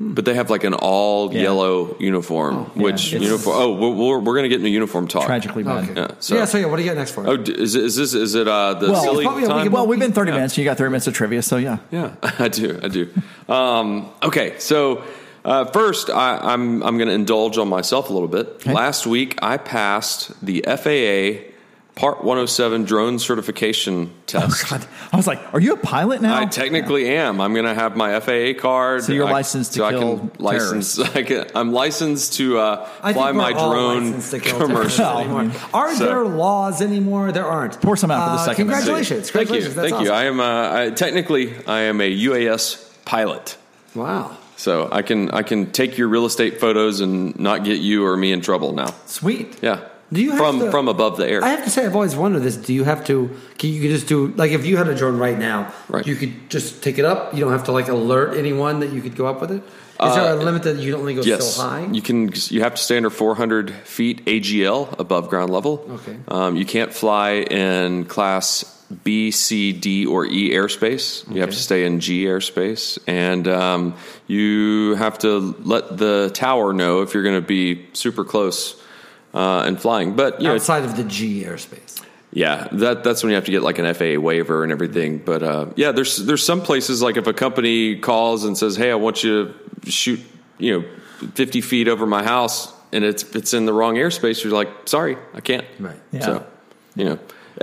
Speaker 2: But they have like an all
Speaker 1: Yeah.
Speaker 2: yellow uniform,
Speaker 1: Yeah,
Speaker 2: which
Speaker 1: it's-
Speaker 2: uniform? Oh, we're, we're, we're going to get into uniform talk.
Speaker 1: Tragically bad.
Speaker 3: okay.
Speaker 2: Yeah,
Speaker 3: Yeah
Speaker 2: so-
Speaker 3: so, yeah, what do you got next for?
Speaker 2: Oh,
Speaker 3: us?
Speaker 2: d- is, is this is it uh, the
Speaker 1: Well-
Speaker 2: silly
Speaker 3: Probably a
Speaker 2: time?
Speaker 3: weekend-
Speaker 1: Well, we've been 30 minutes. You got 30 minutes of trivia, so yeah.
Speaker 2: yeah, I do, I do. Um, okay, so uh, first, I, I'm I'm going to indulge on myself a little bit. Last week, I passed the FAA Part 107 drone certification
Speaker 3: Oh,
Speaker 2: test.
Speaker 1: God, I was like, are you a pilot now?
Speaker 2: I technically am. I'm going to have my FAA card.
Speaker 1: So you're
Speaker 2: I-
Speaker 1: licensed to
Speaker 2: so I
Speaker 1: kill
Speaker 2: can license. I can, I'm licensed to uh,
Speaker 3: I think
Speaker 2: fly
Speaker 3: we're
Speaker 2: my
Speaker 3: all
Speaker 2: drone
Speaker 3: licensed to kill terrorists
Speaker 2: commercial.
Speaker 3: anymore. Are
Speaker 2: So-
Speaker 3: there laws anymore? There aren't.
Speaker 1: Oh, Pour some out for the
Speaker 3: Uh,
Speaker 1: Second Amendment.
Speaker 3: Congratulations!
Speaker 2: Thank you.
Speaker 3: Congratulations. That's
Speaker 2: Thank you.
Speaker 3: awesome.
Speaker 2: I am. Uh, I, technically, I am a UAS pilot,
Speaker 3: wow.
Speaker 2: so I can I can take your real estate photos and not get you or me in trouble now.
Speaker 1: Sweet.
Speaker 2: Yeah.
Speaker 3: Do you have
Speaker 2: from
Speaker 3: to-
Speaker 2: from above the air?
Speaker 3: I have to say, I've always wondered this. Do you have to? Can you just do like if you had a drone right now,
Speaker 2: Right.
Speaker 3: you could just take it up. You don't have to like alert anyone that you could go up with it. Is there a limit that you can only go
Speaker 2: Uh, yes.
Speaker 3: so high?
Speaker 2: You can. You have to stay under 400 feet AGL above ground level.
Speaker 3: Okay.
Speaker 2: Um, you can't fly in class B, C, D, or E airspace. You have to stay in G airspace, and um, you have to let the tower know if you're going to be super close uh, and flying. But you know,
Speaker 3: Outside of the G airspace.
Speaker 2: Yeah, that that's when you have to get like an FAA waiver and everything. But uh, yeah, there's there's some places like if a company calls and says, "Hey, I want you to shoot," you know, fifty feet over my house, and it's it's in the wrong airspace. You're like, "Sorry, I can't."
Speaker 3: Right.
Speaker 1: Yeah.
Speaker 2: So, you know,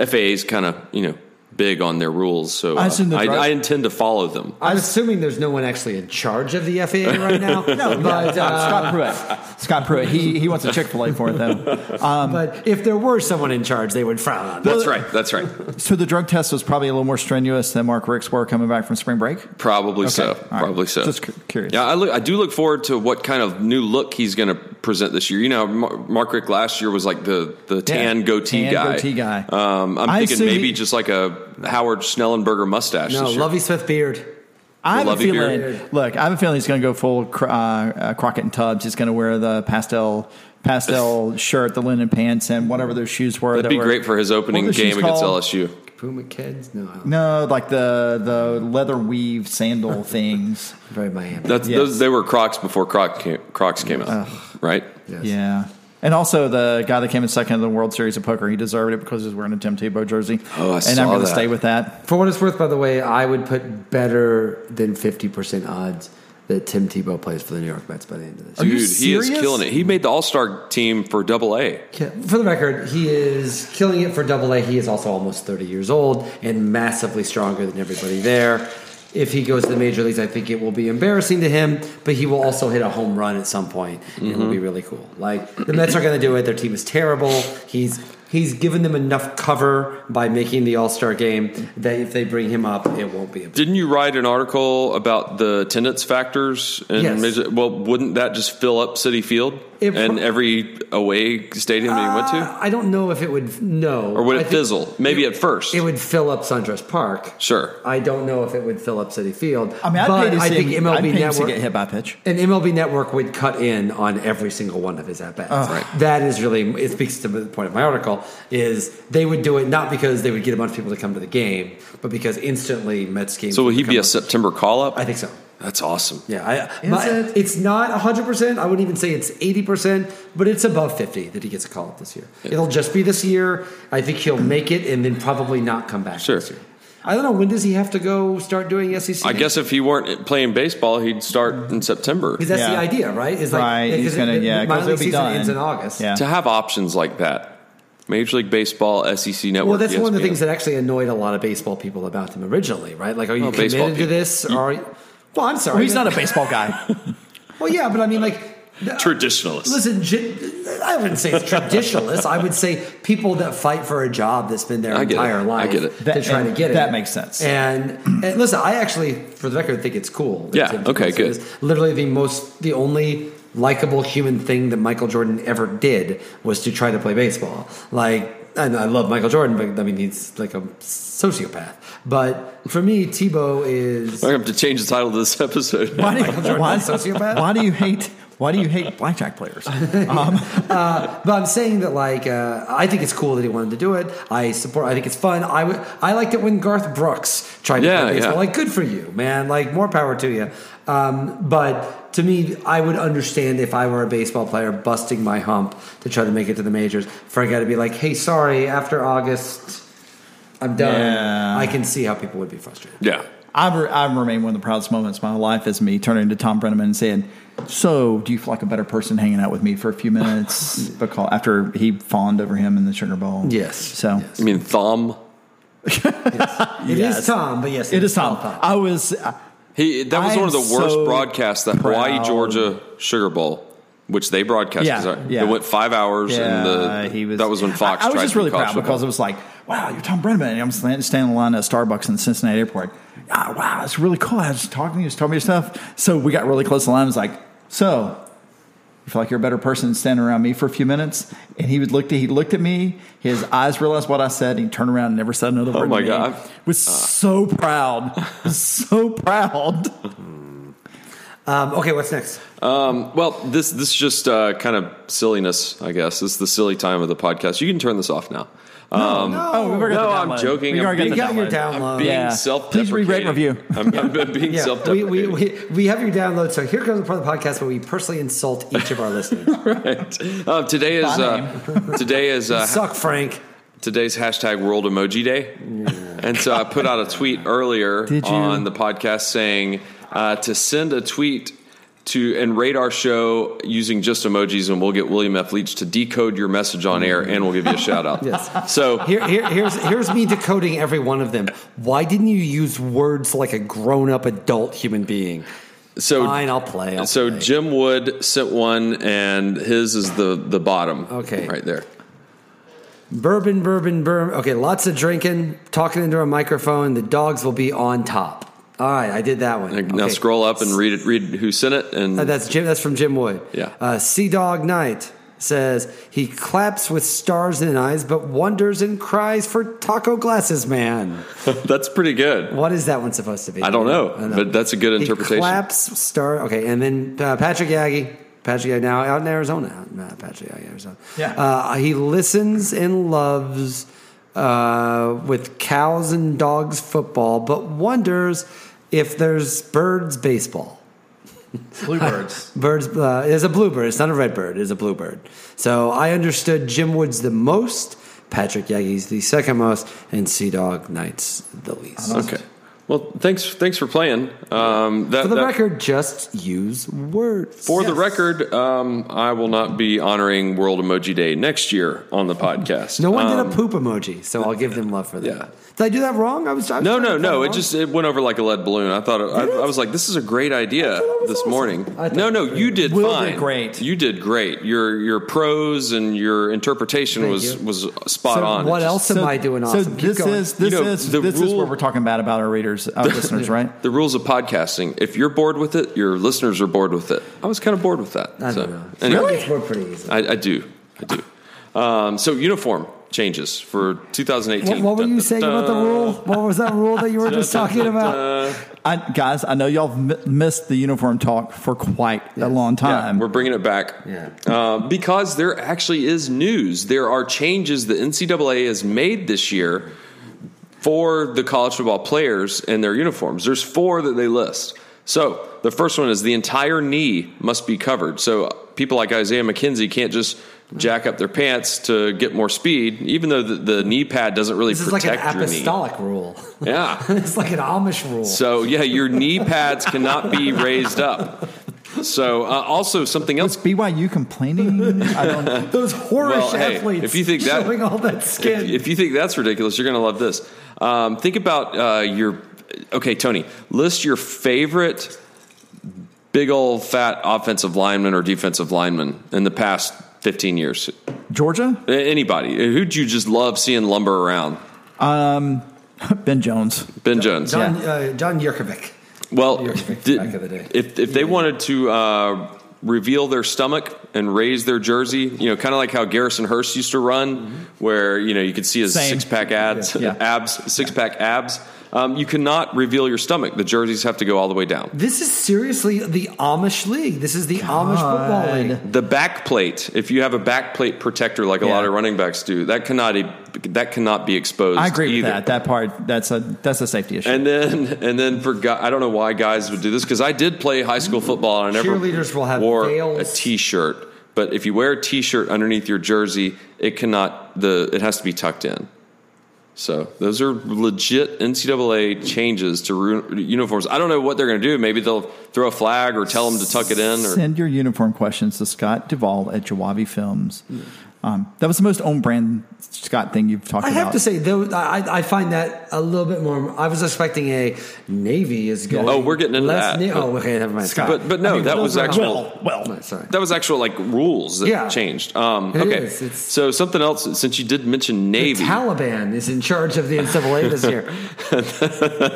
Speaker 2: FAA's kind of you know big on their rules, so
Speaker 1: I
Speaker 2: uh,
Speaker 1: assume the
Speaker 2: I,
Speaker 1: drive-
Speaker 2: I intend to follow them.
Speaker 3: I'm assuming there's no one actually in charge of the FAA right now. no, but uh,
Speaker 1: Scott Pruitt. Scott Pruitt. He he wants a Chick Fil A for it though.
Speaker 3: but if there were someone in charge, they would frown on that.
Speaker 2: That's right. That's right.
Speaker 1: So the drug test was probably a little more strenuous than Mark Rick's were coming back from spring break.
Speaker 2: Probably so.
Speaker 1: All right.
Speaker 2: Probably so.
Speaker 1: Just cu- curious.
Speaker 2: Yeah, I, look, I do look forward to what kind of new look he's going to present this year. You know, Mar- Mark Rick last year was like the the tan goatee
Speaker 1: tan
Speaker 2: guy.
Speaker 1: goatee guy.
Speaker 2: Um, I'm
Speaker 1: I
Speaker 2: thinking
Speaker 1: assume
Speaker 2: maybe
Speaker 1: he-
Speaker 2: just like a Howard Schnellenberger mustache.
Speaker 3: No,
Speaker 2: this year.
Speaker 3: Lovey Smith beard.
Speaker 1: I have a
Speaker 2: Lovey
Speaker 1: feeling.
Speaker 3: beard.
Speaker 1: Look, I have a feeling he's going to go full Cro- uh, uh, Crockett and Tubbs. He's going to wear the pastel pastel shirt, the linen pants, and whatever those shoes were.
Speaker 2: That'd
Speaker 1: that
Speaker 2: be
Speaker 1: were-
Speaker 2: great for his opening
Speaker 1: What are the
Speaker 2: game
Speaker 1: shoes
Speaker 2: against
Speaker 1: called?
Speaker 2: LSU.
Speaker 3: Puma kids? No, I don't-
Speaker 1: No, like the the leather weave sandal things.
Speaker 3: very Miami.
Speaker 2: That's
Speaker 1: Yes.
Speaker 2: those, they were Crocs before Croc came, Crocs came out, right?
Speaker 3: Yes.
Speaker 1: Yeah. And also the guy that came in second in the World Series of Poker, he deserved it because he was wearing a Tim Tebow jersey.
Speaker 2: Oh, I
Speaker 1: and
Speaker 2: saw
Speaker 1: I'm gonna
Speaker 2: that.
Speaker 1: stay with that.
Speaker 3: For what it's worth, by the way, I would put better than fifty percent odds that Tim Tebow plays for the New York Mets by the end of this.
Speaker 1: Are you
Speaker 2: Dude, he
Speaker 1: serious?
Speaker 2: is killing it. He made the All Star team for Double A.
Speaker 3: Yeah, For the record, he is killing it for double A. He is also almost 30 years old and massively stronger than everybody there. If he goes to the major leagues, I think it will be embarrassing to him, but he will also hit a home run at some point. and It will be really cool. Like the Mets are going to do it. Their team is terrible. He's he's given them enough cover by making the All Star game that if they bring him up, it won't be a
Speaker 2: Didn't you write an article about the attendance factors? And
Speaker 3: Yes.
Speaker 2: major- well, wouldn't that just fill up City Field
Speaker 3: It
Speaker 2: and
Speaker 3: pro- Uh,
Speaker 2: every away stadium that you went to,
Speaker 3: I don't know if it would no,
Speaker 2: or would
Speaker 3: I
Speaker 2: it
Speaker 3: think
Speaker 2: fizzle? Maybe at first,
Speaker 3: It would fill up SunTrust Park.
Speaker 2: sure.
Speaker 3: I don't know if it would fill up City Field.
Speaker 1: I mean, I'd
Speaker 3: but
Speaker 1: pay to
Speaker 3: I
Speaker 1: see
Speaker 3: think
Speaker 1: him,
Speaker 3: MLB
Speaker 1: I'd pay to see
Speaker 3: Network
Speaker 1: get hit by a pitch.
Speaker 3: and MLB Network would cut in on every single one of his at bats.
Speaker 2: Right.
Speaker 3: That is really it speaks to the point of my article is they would do it not because they would get a bunch of people to come to the game, but because instantly Mets games.
Speaker 2: So will
Speaker 3: would
Speaker 2: he be a
Speaker 3: become-
Speaker 2: September call up?
Speaker 3: I think so.
Speaker 2: That's awesome.
Speaker 3: Yeah, I,
Speaker 1: Is
Speaker 3: my-
Speaker 1: it?
Speaker 3: it's not 100%. I wouldn't even say it's 80%, but it's above 50 that he gets a call up this year. It'll just be this year. I think he'll make it and then probably not come back
Speaker 2: Sure.
Speaker 3: this year. I don't know. When does he have to go start doing E SEC?
Speaker 2: I guess if he weren't playing baseball, he'd start in September.
Speaker 3: Because that's the
Speaker 1: Yeah.
Speaker 3: idea, right? Is
Speaker 1: Right,
Speaker 3: yeah,
Speaker 1: he's
Speaker 3: 'cause
Speaker 1: gonna-
Speaker 3: the- the
Speaker 1: yeah, 'cause
Speaker 3: minor
Speaker 1: it'll
Speaker 3: league
Speaker 1: be
Speaker 3: season
Speaker 1: done.
Speaker 3: ends in August.
Speaker 1: Yeah.
Speaker 2: To have options like that, Major League Baseball, SEC Network. E
Speaker 3: Well, that's one of the
Speaker 2: ESPN.
Speaker 3: things that actually annoyed a lot of baseball people about him originally, right? Like, are you
Speaker 2: Oh,
Speaker 3: committed
Speaker 2: baseball
Speaker 3: to
Speaker 2: people.
Speaker 3: this? Or are you, well, I'm sorry.
Speaker 1: Well, he's
Speaker 3: but-
Speaker 1: not a baseball guy.
Speaker 3: Well, yeah, but I mean, like,
Speaker 2: traditionalists.
Speaker 3: listen, j- I wouldn't say it's traditionalists. I would say people that fight for a job that's been their
Speaker 2: I get it.
Speaker 3: entire
Speaker 2: I
Speaker 3: life
Speaker 2: get it.
Speaker 3: to
Speaker 1: That-
Speaker 3: try to
Speaker 1: and
Speaker 3: get it.
Speaker 1: that makes sense.
Speaker 3: And, and listen, I actually, for the record, think it's cool. that
Speaker 2: Yeah,
Speaker 3: Tim
Speaker 2: okay,
Speaker 3: Tebow
Speaker 2: good.
Speaker 3: is Literally, the most, the only likable human thing that Michael Jordan ever did was to try to play baseball. Like, and I love Michael Jordan, but I mean, he's like a sociopath. But for me, Tebow is.
Speaker 2: I have to change the title of this episode.
Speaker 1: Why do,
Speaker 3: Jordan,
Speaker 1: why,
Speaker 3: sociopath?
Speaker 1: why do you hate why do you hate blackjack players? Um,
Speaker 3: But I'm saying that like uh, I think it's cool that he wanted to do it. I support. I think it's fun. I would. I liked it when Garth Brooks tried to
Speaker 2: Yeah,
Speaker 3: play baseball.
Speaker 2: yeah.
Speaker 3: Like good for you, man. Like more power to you. Um, but to me, I would understand if I were a baseball player busting my hump to try to make it to the majors. For I got to be like, hey, sorry, after August, I'm done.
Speaker 1: Yeah.
Speaker 3: I can see how people would be frustrated.
Speaker 2: Yeah.
Speaker 1: I've, re- I've remained one of the proudest moments of my life is me turning to Tom Brenneman and saying, "So, do you feel like a better person hanging out with me for a few minutes?" because after he fawned over him in the Sugar Bowl.
Speaker 3: Yes.
Speaker 1: So
Speaker 3: Yes.
Speaker 2: I mean, thumb.
Speaker 3: It is
Speaker 1: Yes.
Speaker 3: Tom, but yes,
Speaker 1: it is Tom. I was. uh, I-
Speaker 2: He that was
Speaker 1: I
Speaker 2: one of the
Speaker 1: am
Speaker 2: worst
Speaker 1: so
Speaker 2: broadcasts that Hawaii
Speaker 1: proud.
Speaker 2: Georgia Sugar Bowl, which they broadcast.
Speaker 1: Yeah, yeah.
Speaker 2: It went five hours, and the,
Speaker 1: he was.
Speaker 2: that was when Fox.
Speaker 1: I, I was
Speaker 2: tried
Speaker 1: just
Speaker 2: to do
Speaker 1: really
Speaker 2: college
Speaker 1: proud
Speaker 2: football.
Speaker 1: because it was like, wow, you're Tom Brenneman. And I'm standing, standing in line at Starbucks in Cincinnati Airport. Ah, wow, it's really cool. I was talking to you, just told me your stuff. So we got really close to the line. I was like, so you feel like you're a better person standing around me for a few minutes? And he would looked at he looked at me. His eyes realized what I said. And he turned around and never said another word.
Speaker 2: Oh my
Speaker 1: to me.
Speaker 2: God. Uh.
Speaker 1: Was so proud, was so proud.
Speaker 3: Um, okay, what's next?
Speaker 2: Um, well, this this is just uh, kind of silliness, I guess. This is the silly time of the podcast. You can turn this off now. Um,
Speaker 3: no.
Speaker 1: Oh, we were gonna
Speaker 2: No, I'm
Speaker 1: download.
Speaker 2: joking.
Speaker 1: We
Speaker 2: I'm
Speaker 1: are gonna
Speaker 3: you got your
Speaker 1: download.
Speaker 3: download.
Speaker 2: Being
Speaker 1: Uh, Yeah.
Speaker 2: self-deprecating.
Speaker 1: Please re-rate review.
Speaker 2: I'm, I'm being
Speaker 3: Yeah, we,
Speaker 2: self-deprecating.
Speaker 3: we, we, we have your download. So here comes the part of the podcast where we personally insult each of our listeners.
Speaker 2: right. Um, today is
Speaker 1: By
Speaker 2: uh, today is uh,
Speaker 3: Suck, Frank.
Speaker 2: today's hashtag World Emoji Day, and so I put out a tweet earlier
Speaker 1: Did you?
Speaker 2: on the podcast saying uh, to send a tweet to and rate our show using just emojis, and we'll get William F. Leach to decode your message on air, and we'll give you a shout out.
Speaker 3: Yes.
Speaker 2: So
Speaker 3: Here, here, here's here's me decoding every one of them. Why didn't you use words like a grown up adult human being?
Speaker 2: so
Speaker 3: Fine, I'll play. I'll
Speaker 2: so
Speaker 3: play.
Speaker 2: Jim Wood sent one, and his is the the bottom.
Speaker 3: Okay.
Speaker 2: right there.
Speaker 3: bourbon, bourbon, bourbon. Okay, lots of drinking, talking into a microphone. The dogs will be on top. All right, I did that one.
Speaker 2: Now
Speaker 3: Okay.
Speaker 2: scroll up and read it. Read who sent it, and
Speaker 3: Uh, that's Jim. That's from Jim Wood.
Speaker 2: Yeah.
Speaker 3: Uh, Sea Dog Knight says he claps with stars in his eyes, but wonders and cries for Taco Glasses Man.
Speaker 2: that's pretty good.
Speaker 3: What is that one supposed to be?
Speaker 2: I don't know, but that's a good
Speaker 3: He
Speaker 2: interpretation.
Speaker 3: claps star. Okay, and then uh, Patrick Yagi. Patrick Yagi now out in Arizona. Out in, uh, Patrick Yagi, Arizona.
Speaker 1: Yeah.
Speaker 3: Uh, he listens and loves uh, with cows and dogs football, but wonders if there's birds baseball.
Speaker 1: Bluebirds.
Speaker 3: Birds uh, is a bluebird. It's not a redbird. It's a bluebird. So I understood Jim Woods the most, Patrick Yagi's the second most, and Sea Dog Knight's the least.
Speaker 2: Okay. Well, thanks thanks for playing. Um, that,
Speaker 3: For the
Speaker 2: that-
Speaker 3: record, just use words.
Speaker 2: for the
Speaker 1: Yes.
Speaker 2: record, um, I will not be honoring World Emoji Day next year on the podcast.
Speaker 3: no one
Speaker 2: Um,
Speaker 3: did a poop emoji, so I'll give them love for that.
Speaker 2: Yeah.
Speaker 3: Did I do that wrong? I was. I was
Speaker 2: No,
Speaker 3: trying to
Speaker 2: no,
Speaker 3: cut
Speaker 2: no.
Speaker 3: it
Speaker 2: It
Speaker 3: off.
Speaker 2: just it went over like a lead balloon. I thought it, I, I was like, this is a great idea
Speaker 3: thought it was
Speaker 2: this
Speaker 3: awesome.
Speaker 2: morning.
Speaker 3: I thought
Speaker 2: No,
Speaker 3: it
Speaker 2: no,
Speaker 3: was
Speaker 2: you did
Speaker 1: Will
Speaker 2: fine.
Speaker 1: did great.
Speaker 2: You did great. Your your prose and your interpretation
Speaker 3: Thank
Speaker 2: was
Speaker 3: you.
Speaker 2: was spot
Speaker 3: So
Speaker 2: on.
Speaker 3: what
Speaker 2: It just-
Speaker 3: else am I doing awesome?
Speaker 1: So
Speaker 3: Keep
Speaker 1: this
Speaker 3: going.
Speaker 1: is this
Speaker 2: You know,
Speaker 1: is
Speaker 2: the
Speaker 1: this is
Speaker 2: rule-
Speaker 1: what we're talking about about our readers, our listeners, right?
Speaker 2: The rules of podcasting. If you're bored with it, your listeners are bored with it. I was kind of bored with that.
Speaker 3: I don't
Speaker 2: So,
Speaker 3: know.
Speaker 2: anyway.
Speaker 3: It's more pretty easy.
Speaker 2: I, I do. I do. Um, so uniform changes for 2018.
Speaker 3: What, what were
Speaker 2: Dun,
Speaker 3: you
Speaker 2: dun,
Speaker 3: saying
Speaker 2: dun.
Speaker 3: about the rule? What was that rule that you were just talking about?
Speaker 1: I, guys, I know y'all have mi- missed the uniform talk for quite a long
Speaker 2: Yeah,
Speaker 1: time.
Speaker 2: we're bringing it back.
Speaker 3: Yeah.
Speaker 2: Uh, because there actually is news. There are changes the NCAA has made this year for the college football players and their uniforms. There's four that they list. So the first one is the entire knee must be covered. So people like Isaiah McKenzie can't just jack up their pants to get more speed, even though the, the knee pad doesn't really
Speaker 3: This is like
Speaker 2: protect
Speaker 3: an
Speaker 2: your knee.
Speaker 3: apostolic rule.
Speaker 2: Yeah.
Speaker 3: it's like an Amish rule.
Speaker 2: So yeah, your knee pads cannot be raised up. So uh, also something else.
Speaker 1: Is BYU complaining? I don't.
Speaker 3: Those whorish
Speaker 2: Well, hey,
Speaker 3: athletes.
Speaker 2: if you think that-
Speaker 3: showing all that
Speaker 2: If,
Speaker 3: skin.
Speaker 2: if you think that's ridiculous, you're going to love this. Um, think about uh, your. Okay, Tony, list your favorite big old fat offensive lineman or defensive lineman in the past 15 years.
Speaker 1: Georgia,
Speaker 2: A- Anybody. Who'd you just love seeing lumber around?
Speaker 1: Ben Jones.
Speaker 2: Ben Jones.
Speaker 3: John uh, John Yerkovic.
Speaker 2: Well,
Speaker 3: Your pick
Speaker 2: did-
Speaker 3: back of the day.
Speaker 2: if if they wanted to uh, reveal their stomach and raise their jersey, you know, kind of like how Garrison Hurst used to run, where you know you could see his
Speaker 1: Same.
Speaker 2: six pack abs,
Speaker 1: Mm-hmm. Yeah.
Speaker 2: abs, six pack abs. Um, you cannot reveal your stomach. The jerseys have to go all the way down.
Speaker 3: This is seriously the Amish league. This is the Amish football league.
Speaker 2: The back plate, if you have a back plate protector like a lot
Speaker 1: Yeah.
Speaker 2: of running backs do, that cannot e- that cannot be exposed.
Speaker 1: I agree
Speaker 2: either.
Speaker 1: with that. That part. That's a that's a safety issue.
Speaker 2: And then, and then for guy, I don't know why guys would do this because I did play high school football and I never
Speaker 3: Mm-hmm. Cheerleaders will have
Speaker 2: wore
Speaker 3: veils.
Speaker 2: a t-shirt. But if you wear a t-shirt underneath your jersey, it cannot the it has to be tucked in. So those are legit NCAA changes to ru- uniforms. I don't know what they're going to do. Maybe they'll throw a flag or tell them to tuck it in. Or
Speaker 1: Send your uniform questions to Scott Duvall at Jawabi Films.
Speaker 3: Mm.
Speaker 1: Um, that was the most on brand Scott thing you've talked
Speaker 3: I
Speaker 1: about.
Speaker 3: have to say though, I, I find that a little bit more. I was expecting a Navy is going.
Speaker 2: Oh, we're getting into
Speaker 3: less
Speaker 2: that.
Speaker 3: Na- oh, okay, never mind. Scott.
Speaker 2: but but no, that was
Speaker 3: those are-
Speaker 2: actual.
Speaker 1: well,
Speaker 3: sorry.
Speaker 2: That was actual like rules that
Speaker 3: Yeah.
Speaker 2: changed. Um,
Speaker 3: It
Speaker 2: okay,
Speaker 3: is. It's-
Speaker 2: so something else since you did mention
Speaker 3: The
Speaker 2: Navy,
Speaker 3: Taliban is in charge of the NCAA this year.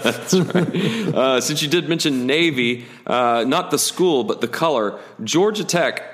Speaker 2: Uh, since you did mention Navy, uh, not the school but the color, Georgia Tech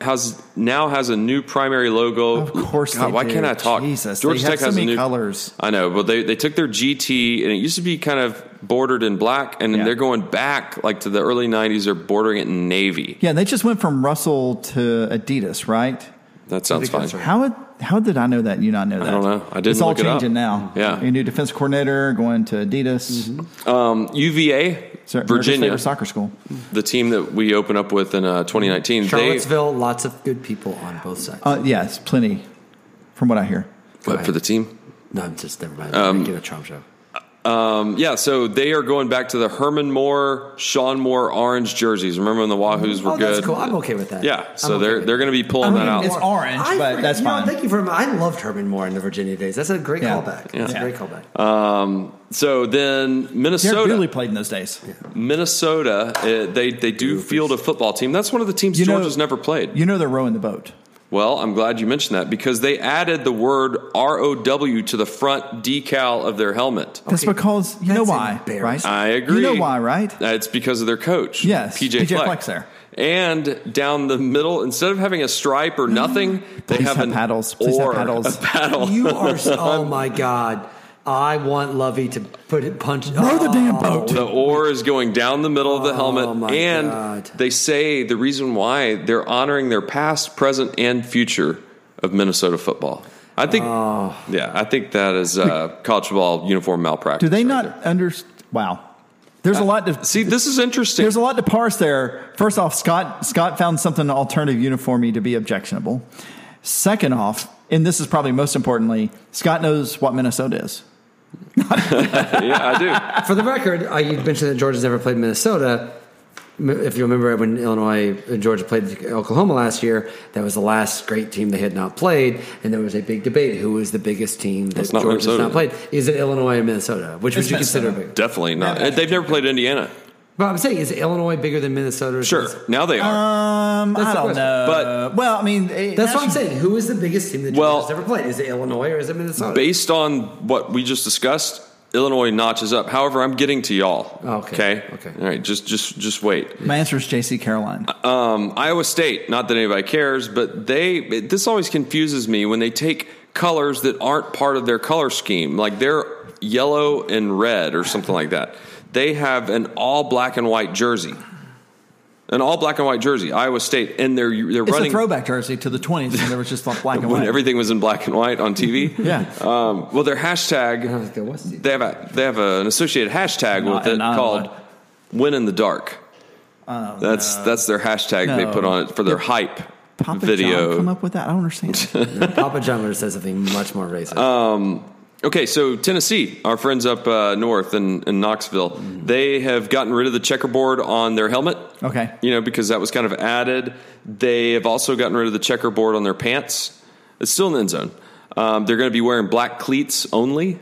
Speaker 2: has now has a new primary logo.
Speaker 1: Of course
Speaker 2: God,
Speaker 1: they
Speaker 2: why
Speaker 1: do.
Speaker 2: can't I talk?
Speaker 1: Jesus,
Speaker 2: Georgia
Speaker 1: they have
Speaker 2: Tech
Speaker 1: so
Speaker 2: has
Speaker 1: many
Speaker 2: a new
Speaker 1: colors.
Speaker 2: I know, but they they took their GT and it used to be kind of bordered in black, and then
Speaker 1: Yeah.
Speaker 2: they're going back like to the early '90s. They're bordering it in navy.
Speaker 1: yeah, they just went from Russell to Adidas, right?
Speaker 2: That sounds fine.
Speaker 3: that's right.
Speaker 1: How would- how did I know that? and You not know that?
Speaker 2: don't know. I didn't
Speaker 1: It's all
Speaker 2: look it up.
Speaker 1: changing now.
Speaker 2: Yeah.
Speaker 1: your new defense coordinator going to Adidas,
Speaker 2: Um, UVA,
Speaker 1: So, America's
Speaker 2: Virginia,
Speaker 1: favorite soccer school.
Speaker 2: the team that we open up with in uh, 2019. They,
Speaker 3: Charlottesville, lots of good people on both sides.
Speaker 1: Uh, yes, plenty, Uh, from what I hear.
Speaker 2: But for the team,
Speaker 3: No, I'm just never mind. Get a Trump show.
Speaker 2: Um, yeah, so they are going back to the Herman Moore, Sean Moore orange jerseys. Remember when the Wahoos were
Speaker 3: Oh,
Speaker 2: good?
Speaker 3: that's cool. I'm okay with that.
Speaker 2: Yeah, so
Speaker 3: I'm okay
Speaker 2: they're
Speaker 3: with
Speaker 2: they're
Speaker 3: that.
Speaker 2: going to be pulling
Speaker 1: I'm
Speaker 2: that out.
Speaker 1: gonna- It's orange,
Speaker 3: I
Speaker 1: but
Speaker 3: forget-
Speaker 1: that's
Speaker 3: you know,
Speaker 1: fine.
Speaker 3: thank you for. I loved Herman Moore in the Virginia days. That's a great
Speaker 1: Yeah.
Speaker 3: callback. That's
Speaker 1: Yeah.
Speaker 3: a great callback.
Speaker 2: Um, so then
Speaker 1: Derek
Speaker 2: Minnesota,
Speaker 1: Dooley played in those days.
Speaker 2: Minnesota, uh, they they do field a football team. That's one of the teams
Speaker 1: You know-
Speaker 2: Georgia's never played.
Speaker 1: You know they're rowing the boat.
Speaker 2: Well, I'm glad you mentioned that because they added the word R O W to the front decal of their helmet.
Speaker 1: That's
Speaker 3: Okay.
Speaker 1: because you know
Speaker 3: That's
Speaker 1: why, right?
Speaker 3: embarrassing.
Speaker 2: I agree.
Speaker 1: You know why, right?
Speaker 2: Uh, It's because of their coach.
Speaker 1: Yes,
Speaker 2: PJ,
Speaker 1: PJ
Speaker 2: Fleck.
Speaker 1: Fleck's there.
Speaker 2: And down the middle, instead of having a stripe or nothing, they
Speaker 1: Please
Speaker 2: have,
Speaker 1: have
Speaker 2: an
Speaker 1: paddles. Please have
Speaker 2: Or
Speaker 1: paddles.
Speaker 2: A paddle.
Speaker 3: You are. so- oh my god. I want Lovey to put it punch.
Speaker 1: Row the damn boat.
Speaker 2: the oar is going down the middle of
Speaker 1: Oh
Speaker 2: the helmet,
Speaker 3: my
Speaker 2: and
Speaker 3: God.
Speaker 2: they say the reason why they're honoring their past, present, and future of Minnesota football. I think,
Speaker 1: Oh.
Speaker 2: yeah, I think that is uh, college football uniform malpractice.
Speaker 1: Do they
Speaker 2: right
Speaker 1: not
Speaker 2: there.
Speaker 1: under? Wow, there's a lot to
Speaker 2: See, this is interesting.
Speaker 1: there's a lot to parse there. First off, Scott Scott found something alternative uniformity to be objectionable. Second off, and this is probably most importantly, Scott knows what Minnesota is.
Speaker 2: yeah, I do.
Speaker 3: For the record, I, you mentioned that Georgia's never played Minnesota. M- If you remember when Illinois and Georgia played Oklahoma last year, that was the last great team they had not played, and there was a big debate who was the biggest team that
Speaker 2: That's not
Speaker 3: Georgia's
Speaker 2: Minnesota.
Speaker 3: not played. Is it Illinois or Minnesota? Which
Speaker 1: It's
Speaker 3: would you consider
Speaker 1: Minnesota.
Speaker 3: bigger?
Speaker 2: Definitely not. They've never played Indiana.
Speaker 3: But I'm saying, is Illinois bigger than Minnesota? Or is
Speaker 2: Sure,
Speaker 3: Minnesota-
Speaker 2: now they are.
Speaker 1: Um,
Speaker 3: That's
Speaker 1: I
Speaker 3: the
Speaker 1: don't
Speaker 3: question.
Speaker 1: know,
Speaker 2: But-
Speaker 1: well, I mean, it-
Speaker 3: That's what I'm saying. Who is the biggest team that Georgia's
Speaker 2: Well-
Speaker 3: ever played? Is it Illinois or is it Minnesota?
Speaker 2: Based on what we just discussed, Illinois notches up. However, I'm getting to y'all.
Speaker 1: Oh,
Speaker 3: Okay,
Speaker 2: Okay.
Speaker 3: okay.
Speaker 2: All right. Just, just, just wait.
Speaker 1: My answer is J.C. Caroline.
Speaker 2: Um, Iowa State, not that anybody cares, but they it- this always confuses me when they take colors that aren't part of their color scheme, like they're yellow and red or something like that. They have an all black and white jersey, an all black and white jersey. Iowa State, and they're they're
Speaker 1: it's
Speaker 2: running
Speaker 1: a throwback jersey to the 20s, and there was just black and
Speaker 2: when
Speaker 1: white.
Speaker 2: everything was in black and white on TV.
Speaker 1: Yeah.
Speaker 2: Um, well, their
Speaker 3: I don't think
Speaker 2: hashtag
Speaker 3: there was.
Speaker 2: they have a they have a, an associated hashtag
Speaker 1: Not
Speaker 2: with it
Speaker 1: an island.
Speaker 2: called "Win in the Dark." that's that's their hashtag they
Speaker 1: No.
Speaker 2: put on it for their hype
Speaker 1: Papa
Speaker 2: video.
Speaker 1: John come up with that? I don't understand.
Speaker 3: Papa John would have said something much more racist.
Speaker 2: Okay, so Tennessee, our friends up uh, north in, in Knoxville,
Speaker 1: Hmm.
Speaker 2: they have gotten rid of the checkerboard on their helmet.
Speaker 1: Okay.
Speaker 2: You know, because that was kind of added. They have also gotten rid of the checkerboard on their pants. It's still an end zone. Um, they're going to be wearing black cleats only,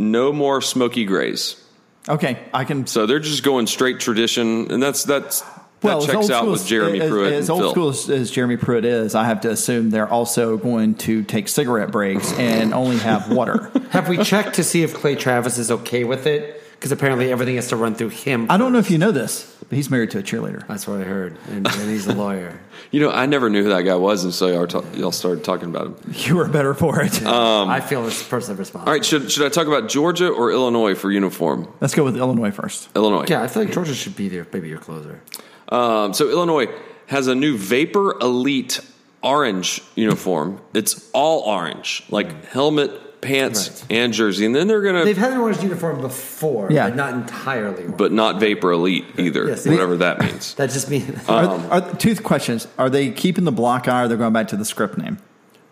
Speaker 2: no more smoky grays.
Speaker 1: okay, I can.
Speaker 2: So they're just going straight tradition, and that's that's
Speaker 1: well,
Speaker 2: that
Speaker 1: as old
Speaker 2: checks out
Speaker 1: school
Speaker 2: with
Speaker 1: as-
Speaker 2: Jeremy
Speaker 1: as,
Speaker 2: Pruitt
Speaker 1: As,
Speaker 2: and
Speaker 1: old
Speaker 2: Phil.
Speaker 1: school as, as Jeremy Pruitt is, I have to assume they're also going to take cigarette breaks and only have water.
Speaker 3: Have we checked to see if Clay Travis is okay with it? Because apparently everything has to run through him.
Speaker 1: I don't know if you know this, but he's married to a cheerleader.
Speaker 3: That's what I heard, and, and he's a lawyer.
Speaker 2: You know, I never knew who that guy was until y'all, ta- y'all started talking about him.
Speaker 1: You were better for it.
Speaker 3: I feel this person responsible.
Speaker 2: Um, All right, should should I talk about Georgia or Illinois for uniform?
Speaker 1: Let's go with Illinois first.
Speaker 2: Illinois.
Speaker 3: Yeah, I feel like Georgia should be there. Maybe your closer.
Speaker 2: Um, so Illinois has a new Vapor Elite orange uniform. It's all orange, like helmet, pants, and jersey. And then they're gonna,
Speaker 3: They've had an orange uniform before,
Speaker 1: Yeah.
Speaker 3: but not entirely. Orange.
Speaker 2: but not Vapor Elite either,
Speaker 3: Yes, they-
Speaker 2: whatever that means.
Speaker 3: that just means
Speaker 2: Uh,
Speaker 1: Are- are- two questions: Are they keeping the block eye, or they're going back to the script name?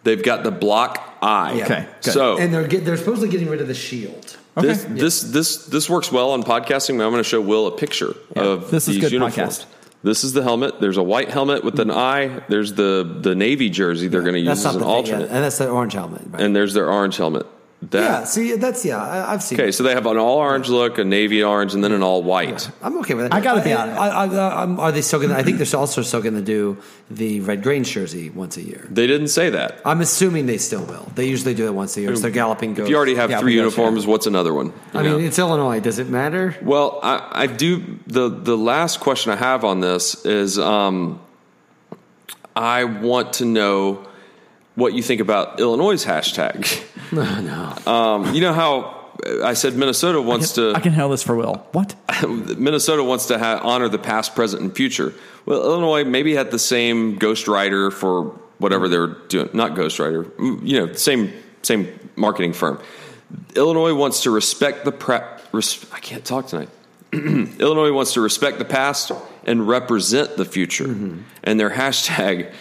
Speaker 2: They've got the block eye.
Speaker 3: Yeah. Okay,
Speaker 1: good.
Speaker 2: So
Speaker 3: and they're get, they're supposedly getting rid of the shield.
Speaker 1: Okay.
Speaker 2: This, this this this works well on podcasting. I'm going to show Will a picture of
Speaker 1: This is
Speaker 2: these
Speaker 1: good
Speaker 2: uniforms.
Speaker 1: podcast. Mm-hmm.
Speaker 2: This is the helmet. There's a white helmet with an eye. There's the the navy jersey they're going to use
Speaker 3: That's
Speaker 2: as
Speaker 3: not
Speaker 2: an
Speaker 3: the thing, yeah.
Speaker 2: alternate,
Speaker 3: and that's the orange helmet. Right?
Speaker 2: and there's their orange helmet. That,
Speaker 3: yeah, see, that's yeah. I, I've seen.
Speaker 2: Okay,
Speaker 3: it.
Speaker 2: so they have an all orange look, a navy orange, and then an all white.
Speaker 3: I'm okay with it.
Speaker 1: I gotta be
Speaker 3: I-
Speaker 1: honest.
Speaker 3: I, I, I, I'm- are they still going? to I think they're also still going to do the red grain jersey once a year.
Speaker 2: They didn't say that.
Speaker 3: I'm assuming they still will. They usually do it once a year. It's their galloping goat.
Speaker 2: If you already have
Speaker 1: Yeah,
Speaker 2: three
Speaker 1: we got you.
Speaker 2: uniforms, what's another one?
Speaker 3: I
Speaker 2: You know?
Speaker 3: mean, it's Illinois. Does it matter?
Speaker 2: Well, I, I do. The the last question I have on this is, um, I want to know what you think about Illinois hashtag.
Speaker 3: No, no.
Speaker 2: Um, you know how uh, I said Minnesota wants
Speaker 1: I
Speaker 2: to
Speaker 1: can handle this for Will. What?
Speaker 2: Minnesota wants to ha- honor the past, present, and future. Well, Illinois maybe had the same ghostwriter for whatever they were doing. Not ghostwriter, mm, you know, same same marketing firm. Illinois wants to respect the pre- res- I can't talk tonight. Illinois
Speaker 3: Mm-hmm.
Speaker 2: wants to respect the past and represent the future. And their hashtag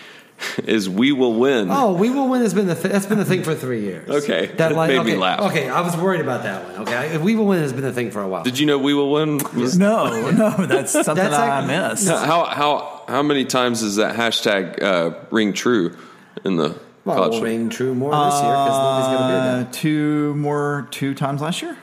Speaker 2: is "We Will Win."
Speaker 3: Oh, we will win has been the th- that's been the thing for three years.
Speaker 2: Okay, that
Speaker 3: that like,
Speaker 2: made me
Speaker 3: okay,
Speaker 2: laugh.
Speaker 3: Okay, I was worried about that one. Okay, we will win has been the thing for a while.
Speaker 2: Did you know "We Will Win"? was-
Speaker 1: No, no, that's something
Speaker 3: That's
Speaker 1: I
Speaker 3: like-
Speaker 1: missed.
Speaker 2: How how how many times does that hashtag uh, ring true in the
Speaker 3: well,
Speaker 2: college?
Speaker 3: will
Speaker 2: football?
Speaker 3: ring true more this year because nobody's going to be there.
Speaker 1: Uh, two more, two times last year.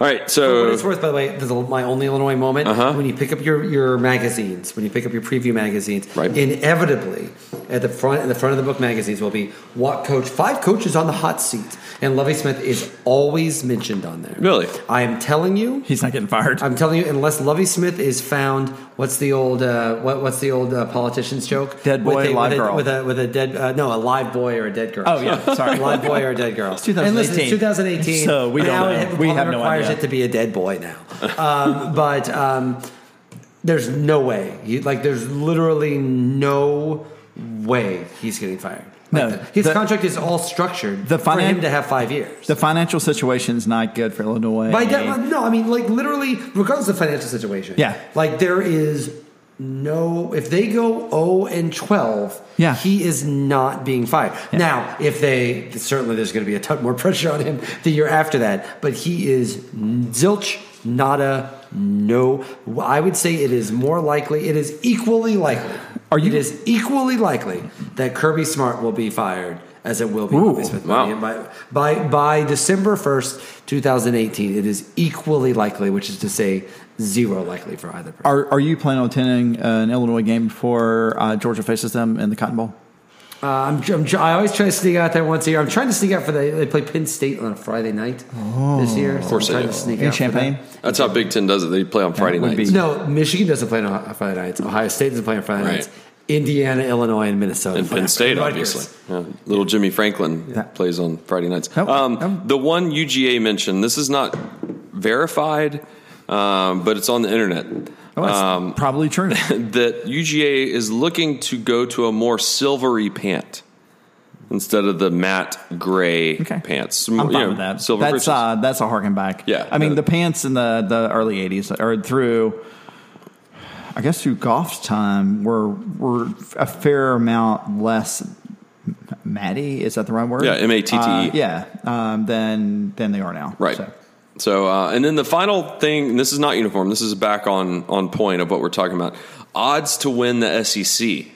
Speaker 2: All right,
Speaker 3: For what
Speaker 2: so
Speaker 3: it's worth, by the way, this is my only Illinois moment.
Speaker 2: Uh-huh.
Speaker 3: When you pick up your, your magazines, when you pick up your preview magazines,
Speaker 2: Right.
Speaker 3: inevitably at the front in the front of the book magazines will be what coach five coaches on the hot seat, and Lovey Smith is always mentioned on there.
Speaker 2: Really?
Speaker 3: I am telling you,
Speaker 1: He's not getting fired.
Speaker 3: I'm telling you, unless Lovey Smith is found, what's the old uh, what, what's the old uh, politician's joke?
Speaker 1: Dead boy,
Speaker 3: with a,
Speaker 1: live
Speaker 3: with a,
Speaker 1: girl.
Speaker 3: With a with a dead uh, no, a live boy or a dead girl.
Speaker 1: Oh, yeah, sorry.
Speaker 3: live boy or a dead girl. It's
Speaker 1: 2018.
Speaker 3: And listen, it's 2018.
Speaker 1: So we don't
Speaker 3: now
Speaker 1: know.
Speaker 3: It
Speaker 1: We have no
Speaker 3: requires
Speaker 1: idea.
Speaker 3: it to be a dead boy now, um, but um, there's no way. You, like there's literally no way he's getting fired. Like,
Speaker 1: No,
Speaker 3: his
Speaker 1: the-
Speaker 3: contract is all structured
Speaker 1: The
Speaker 3: for
Speaker 1: finan-
Speaker 3: him to have five years.
Speaker 1: the financial situation's not good for Illinois.
Speaker 3: By de- no, I mean like literally, regardless of financial situation.
Speaker 1: Yeah.
Speaker 3: Like there is no if they go 0 and 12,
Speaker 1: Yeah.
Speaker 3: he is not being fired. Now, if they certainly there's going to be a ton more pressure on him the year after that, but he is zilch nada no. I would say it is more likely, it is equally likely.
Speaker 1: Are you-
Speaker 3: it is equally likely that Kirby Smart will be fired as it will be
Speaker 1: Ooh.
Speaker 3: Lovie Smith
Speaker 2: Wow.
Speaker 3: Money. By, by, by December 1st, 2018, it is equally likely, which is to say zero likely for either person.
Speaker 1: Are, are you planning on attending uh, an Illinois game before uh, Georgia faces them in the Cotton Bowl?
Speaker 3: Uh, I'm, I'm, I always try to sneak out there once a year. I'm trying to sneak out for the, they play Penn State on a Friday night this year. So of
Speaker 2: Oh, course
Speaker 3: I'm
Speaker 2: they
Speaker 3: trying
Speaker 2: do.
Speaker 3: to sneak
Speaker 1: In
Speaker 3: out for that.
Speaker 1: Champaign?
Speaker 2: that's how Big Ten does it. They play on Friday
Speaker 1: would
Speaker 2: nights.
Speaker 1: be-
Speaker 3: No, Michigan doesn't play on Friday nights. Ohio State doesn't play on Friday
Speaker 2: Right.
Speaker 3: nights. Indiana, Illinois, and Minnesota.
Speaker 2: And
Speaker 3: play on
Speaker 2: Penn State,
Speaker 3: Rutgers.
Speaker 2: obviously. Yeah. Little Jimmy Franklin plays on Friday nights.
Speaker 1: Oh,
Speaker 2: um,
Speaker 1: oh.
Speaker 2: The one UGA mentioned, this is not verified, um, but it's on the internet,
Speaker 1: Oh, that's
Speaker 2: um,
Speaker 1: probably true.
Speaker 2: that UGA is looking to go to a more silvery pant instead of the matte gray
Speaker 1: Okay.
Speaker 2: pants.
Speaker 1: I'm fine
Speaker 2: You know,
Speaker 1: with that.
Speaker 2: Silver
Speaker 1: that's
Speaker 2: britches.
Speaker 1: uh, that's a harken back.
Speaker 2: Yeah.
Speaker 1: I mean
Speaker 2: Uh,
Speaker 1: the pants in the the early '80s or through, I guess through golf's time were were a fair amount less matty. Is that the right word?
Speaker 2: Yeah, M-A-T-T-E.
Speaker 1: Uh, yeah, um, than than they are now.
Speaker 2: E. Right.
Speaker 1: So,
Speaker 2: So, uh, and then the final thing. And this is not uniform. This is back on on point of what we're talking about. Odds to win the SEC.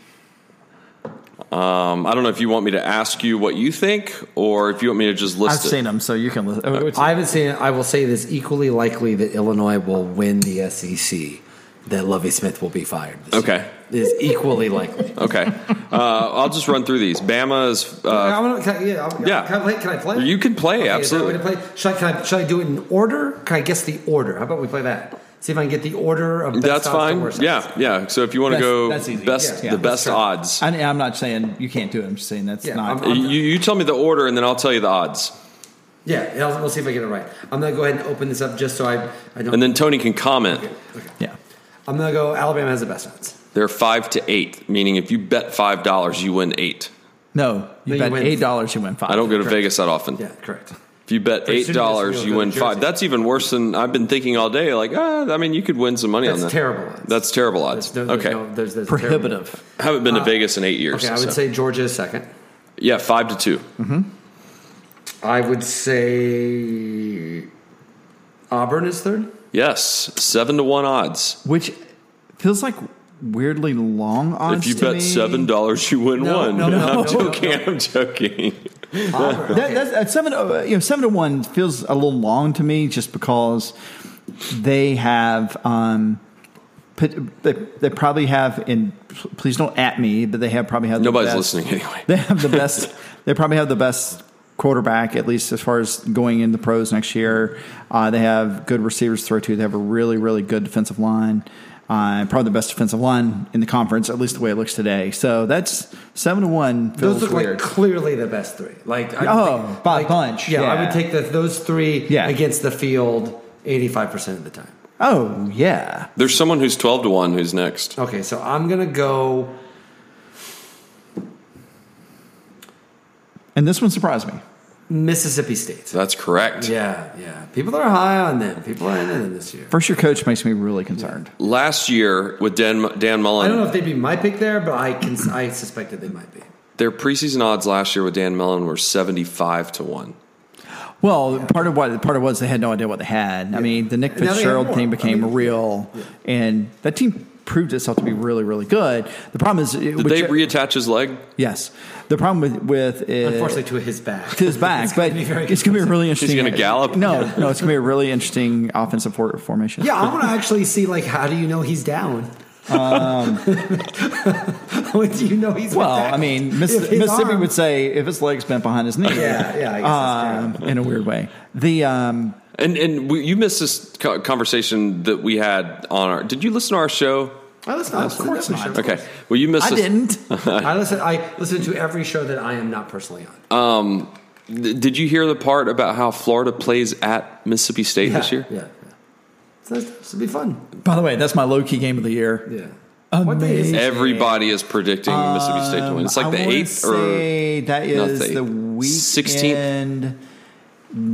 Speaker 2: Um, I don't know if you want me to ask you what you think, or if you want me to just
Speaker 1: I've
Speaker 2: list it.
Speaker 1: seen them, so you can listen.
Speaker 2: Uh,
Speaker 1: Oh, it's-
Speaker 3: I haven't seen it. I will say it is equally likely that Illinois will win the SEC. That Lovey Smith will be fired. This
Speaker 2: Okay.
Speaker 3: year. it is equally likely.
Speaker 2: Okay, uh, I'll just run through these. Bama is. Uh,
Speaker 3: I wanna- can I, yeah, I'm-
Speaker 2: Yeah.
Speaker 3: Can I play? Can I play?
Speaker 2: you can play
Speaker 3: Okay, is there a way
Speaker 2: absolutely.
Speaker 3: to play? Should I, can I, should I do it in order? Can I guess the order? How about we play that? See if I can get the order of best
Speaker 2: That's
Speaker 3: odds to
Speaker 2: fine.
Speaker 3: worst odds.
Speaker 2: Yeah, yeah. So if you want to
Speaker 1: That's-
Speaker 2: go
Speaker 1: that's easy.
Speaker 2: best,
Speaker 1: Yeah.
Speaker 2: the
Speaker 1: Yeah.
Speaker 2: best odds.
Speaker 1: I, am not saying you can't do it. I'm just saying that's
Speaker 3: Yeah,
Speaker 1: not.
Speaker 3: I'm-
Speaker 2: you, you tell me the order, and then I'll tell you the odds,
Speaker 3: yeah. yeah, We'll see if I get it right. I'm gonna go ahead and open this up just so I, I don't.
Speaker 2: and then Tony can comment.
Speaker 1: yeah.
Speaker 3: I'm gonna go. Alabama has the best odds.
Speaker 2: They're five to eight, meaning if you bet five dollars, you win eight.
Speaker 1: No, you
Speaker 3: No, you
Speaker 1: bet
Speaker 3: win.
Speaker 1: eight dollars, you win five.
Speaker 2: I don't go to Vegas that often.
Speaker 3: Yeah, correct.
Speaker 2: If you bet
Speaker 3: Pretty
Speaker 2: eight
Speaker 3: soon you'll
Speaker 2: dollars,
Speaker 3: go
Speaker 2: you
Speaker 3: to
Speaker 2: win
Speaker 3: Jersey.
Speaker 2: five. That's even worse than I've been thinking all day. Like, ah, I mean, you could win some money
Speaker 3: That's
Speaker 2: on that.
Speaker 3: terrible odds.
Speaker 2: That's terrible odds.
Speaker 3: There's no- there's
Speaker 2: okay,
Speaker 3: no- there's- there's terrible-
Speaker 1: prohibitive.
Speaker 2: haven't been to Vegas in eight years.
Speaker 3: Okay, I would
Speaker 2: so-
Speaker 3: say Georgia is second.
Speaker 2: yeah, five to 2
Speaker 3: I would say Auburn is third.
Speaker 2: Yes, seven to one odds.
Speaker 1: Which feels like weirdly long odds.
Speaker 2: if you
Speaker 1: to
Speaker 2: bet
Speaker 1: me.
Speaker 2: seven dollars, you win
Speaker 3: No,
Speaker 2: one.
Speaker 3: no, no,
Speaker 2: I'm
Speaker 3: no,
Speaker 2: joking.
Speaker 3: no, no.
Speaker 2: I'm joking.
Speaker 3: Auburn.
Speaker 1: That, that's, at seven, uh, you know, seven to one feels a little long to me, just because they have, um, put, they, they probably have. In please don't at me, but they have probably had.
Speaker 2: Nobody's
Speaker 1: the best,
Speaker 2: listening anyway.
Speaker 1: They have the best. they probably have the best quarterback, at least as far as going in the pros next year. Uh, they have good receivers to throw to. They have a really, really good defensive line. Uh, probably the best defensive line in the conference, at least the way it looks today. So that's seven to one. Feels
Speaker 3: Those look
Speaker 1: weird.
Speaker 3: like clearly the best three. Like I would
Speaker 1: Oh,
Speaker 3: take-
Speaker 1: by a
Speaker 3: like,
Speaker 1: bunch,
Speaker 3: Yeah, I
Speaker 1: yeah.
Speaker 3: would take the, those three
Speaker 1: Yeah.
Speaker 3: against the field eighty five percent of the time.
Speaker 1: oh yeah.
Speaker 2: There's someone who's twelve to one. Who's next?
Speaker 3: Okay, so I'm gonna go.
Speaker 1: And this one surprised me.
Speaker 3: Mississippi State.
Speaker 2: That's correct.
Speaker 3: Yeah, yeah. People are high on them. People are in them this year.
Speaker 1: First year coach makes me really concerned.
Speaker 2: Last year with Dan Dan Mullen,
Speaker 3: I don't know if they'd be my pick there, but I can. I suspected they might be.
Speaker 2: Their preseason odds last year with Dan Mellon were 75 to 1.
Speaker 1: Well, part of what part of it was they had no idea what they had. I mean, the Nick
Speaker 3: they have
Speaker 1: Fitzgerald
Speaker 3: more.
Speaker 1: thing became
Speaker 3: I mean,
Speaker 1: real, and that team proved itself to be really, really good. The problem is,
Speaker 2: Did they reattach his leg?
Speaker 1: yes, the problem with with it,
Speaker 4: Unfortunately, to his back.
Speaker 1: to his back, but
Speaker 4: be very
Speaker 1: it's going to be a really interesting.
Speaker 2: gonna gallop?
Speaker 1: No, no, it's going to be a really interesting offensive for- formation.
Speaker 4: Yeah, I want to actually see like how do you know he's down? when do you know he's
Speaker 1: Um, Well,
Speaker 4: been
Speaker 1: I mean,
Speaker 4: tackled?
Speaker 1: Miss,
Speaker 4: If his
Speaker 1: Mississippi
Speaker 4: arm-
Speaker 1: would say if his leg's bent behind his knee.
Speaker 4: Yeah, yeah, I guess that's
Speaker 1: um, in a weird way. The um,
Speaker 2: And and we, you missed this co- conversation that we had on our. Did you listen to our show?
Speaker 4: Well, that's not. Of course not.
Speaker 2: Okay. Well, you missed.
Speaker 1: I
Speaker 2: this-
Speaker 1: didn't.
Speaker 3: I listen. I listen to every show that I am not personally on.
Speaker 2: Oh, Th- Did you hear the part about how Florida plays at Mississippi State this year?
Speaker 3: Yeah. yeah. So this will be fun.
Speaker 1: By the way, that's my low key game of the year.
Speaker 3: Yeah.
Speaker 1: What
Speaker 3: day is it?
Speaker 2: Everybody is predicting Mississippi State to win. It's like
Speaker 1: Um, I
Speaker 2: the
Speaker 1: wanna
Speaker 2: eighth or
Speaker 1: say that
Speaker 2: not
Speaker 1: is
Speaker 2: the
Speaker 1: the,
Speaker 2: eighth.
Speaker 1: weekend.
Speaker 2: 16th.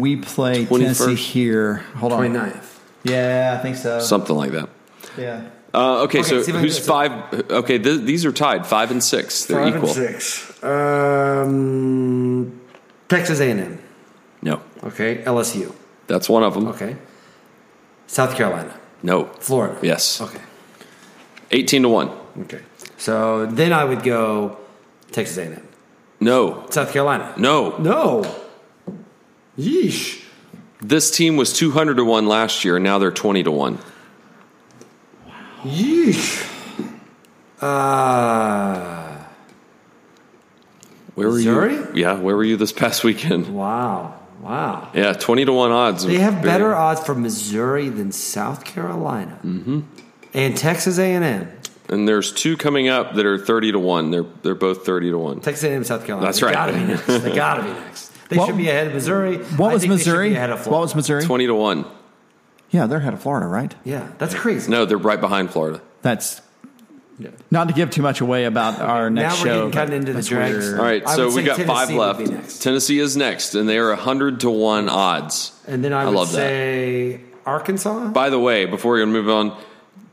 Speaker 1: We play
Speaker 2: 21st.
Speaker 1: Tennessee here. Hold on.
Speaker 3: 29th.
Speaker 1: Yeah, I think so.
Speaker 2: something like that.
Speaker 1: Yeah.
Speaker 2: Uh, okay, so
Speaker 3: see if I can
Speaker 2: who's
Speaker 3: guess it.
Speaker 2: five? Okay, th- these are tied, five and six. They're
Speaker 3: Five
Speaker 2: equal.
Speaker 3: and six. Um, Texas A&M.
Speaker 2: No,
Speaker 3: Okay. LSU.
Speaker 2: that's one of them.
Speaker 3: Okay. South Carolina.
Speaker 2: No,
Speaker 3: Florida.
Speaker 2: Yes,
Speaker 3: Okay.
Speaker 2: eighteen to one.
Speaker 3: Okay. So then I would go Texas A&M.
Speaker 2: No,
Speaker 3: South Carolina.
Speaker 2: no.
Speaker 3: No. Yeesh.
Speaker 2: This team was two hundred to one last year, and now they're twenty to one.
Speaker 3: Yeesh. Uh,
Speaker 2: Where were
Speaker 3: Missouri?
Speaker 2: you? Yeah, where were you this past weekend?
Speaker 3: wow. Wow.
Speaker 2: Yeah, twenty to one odds.
Speaker 3: They have
Speaker 2: Very-
Speaker 3: better odds for Missouri than South Carolina. Mm-hmm. And Texas A&M.
Speaker 2: And there's two coming up that are thirty to one. They're they're both thirty to one.
Speaker 3: Texas A&M, South Carolina.
Speaker 2: That's
Speaker 3: they
Speaker 2: right.
Speaker 3: Gotta be next. They gotta be next. They
Speaker 1: What-
Speaker 3: should be ahead of Missouri.
Speaker 1: What
Speaker 3: I
Speaker 1: was
Speaker 3: think they should
Speaker 1: Missouri?
Speaker 3: Be ahead of
Speaker 1: What
Speaker 3: Florida.
Speaker 1: was Missouri?
Speaker 2: Twenty to one.
Speaker 1: Yeah, they're head of Florida, right?
Speaker 3: Yeah, that's crazy.
Speaker 2: No, they're right behind Florida.
Speaker 1: That's not to give too much away about our
Speaker 3: Now
Speaker 1: next
Speaker 3: we're
Speaker 1: show.
Speaker 3: getting kind
Speaker 1: but
Speaker 3: of into the
Speaker 1: that's
Speaker 3: dregs.
Speaker 1: where-
Speaker 2: All right,
Speaker 3: I
Speaker 2: so
Speaker 3: would
Speaker 2: we
Speaker 3: say
Speaker 2: got five
Speaker 3: Tennessee would
Speaker 2: left.
Speaker 3: be next.
Speaker 2: Tennessee is next, and they are hundred to one odds.
Speaker 3: And then I,
Speaker 2: I
Speaker 3: would
Speaker 2: love that.
Speaker 3: say Arkansas.
Speaker 2: By the way, before we move on,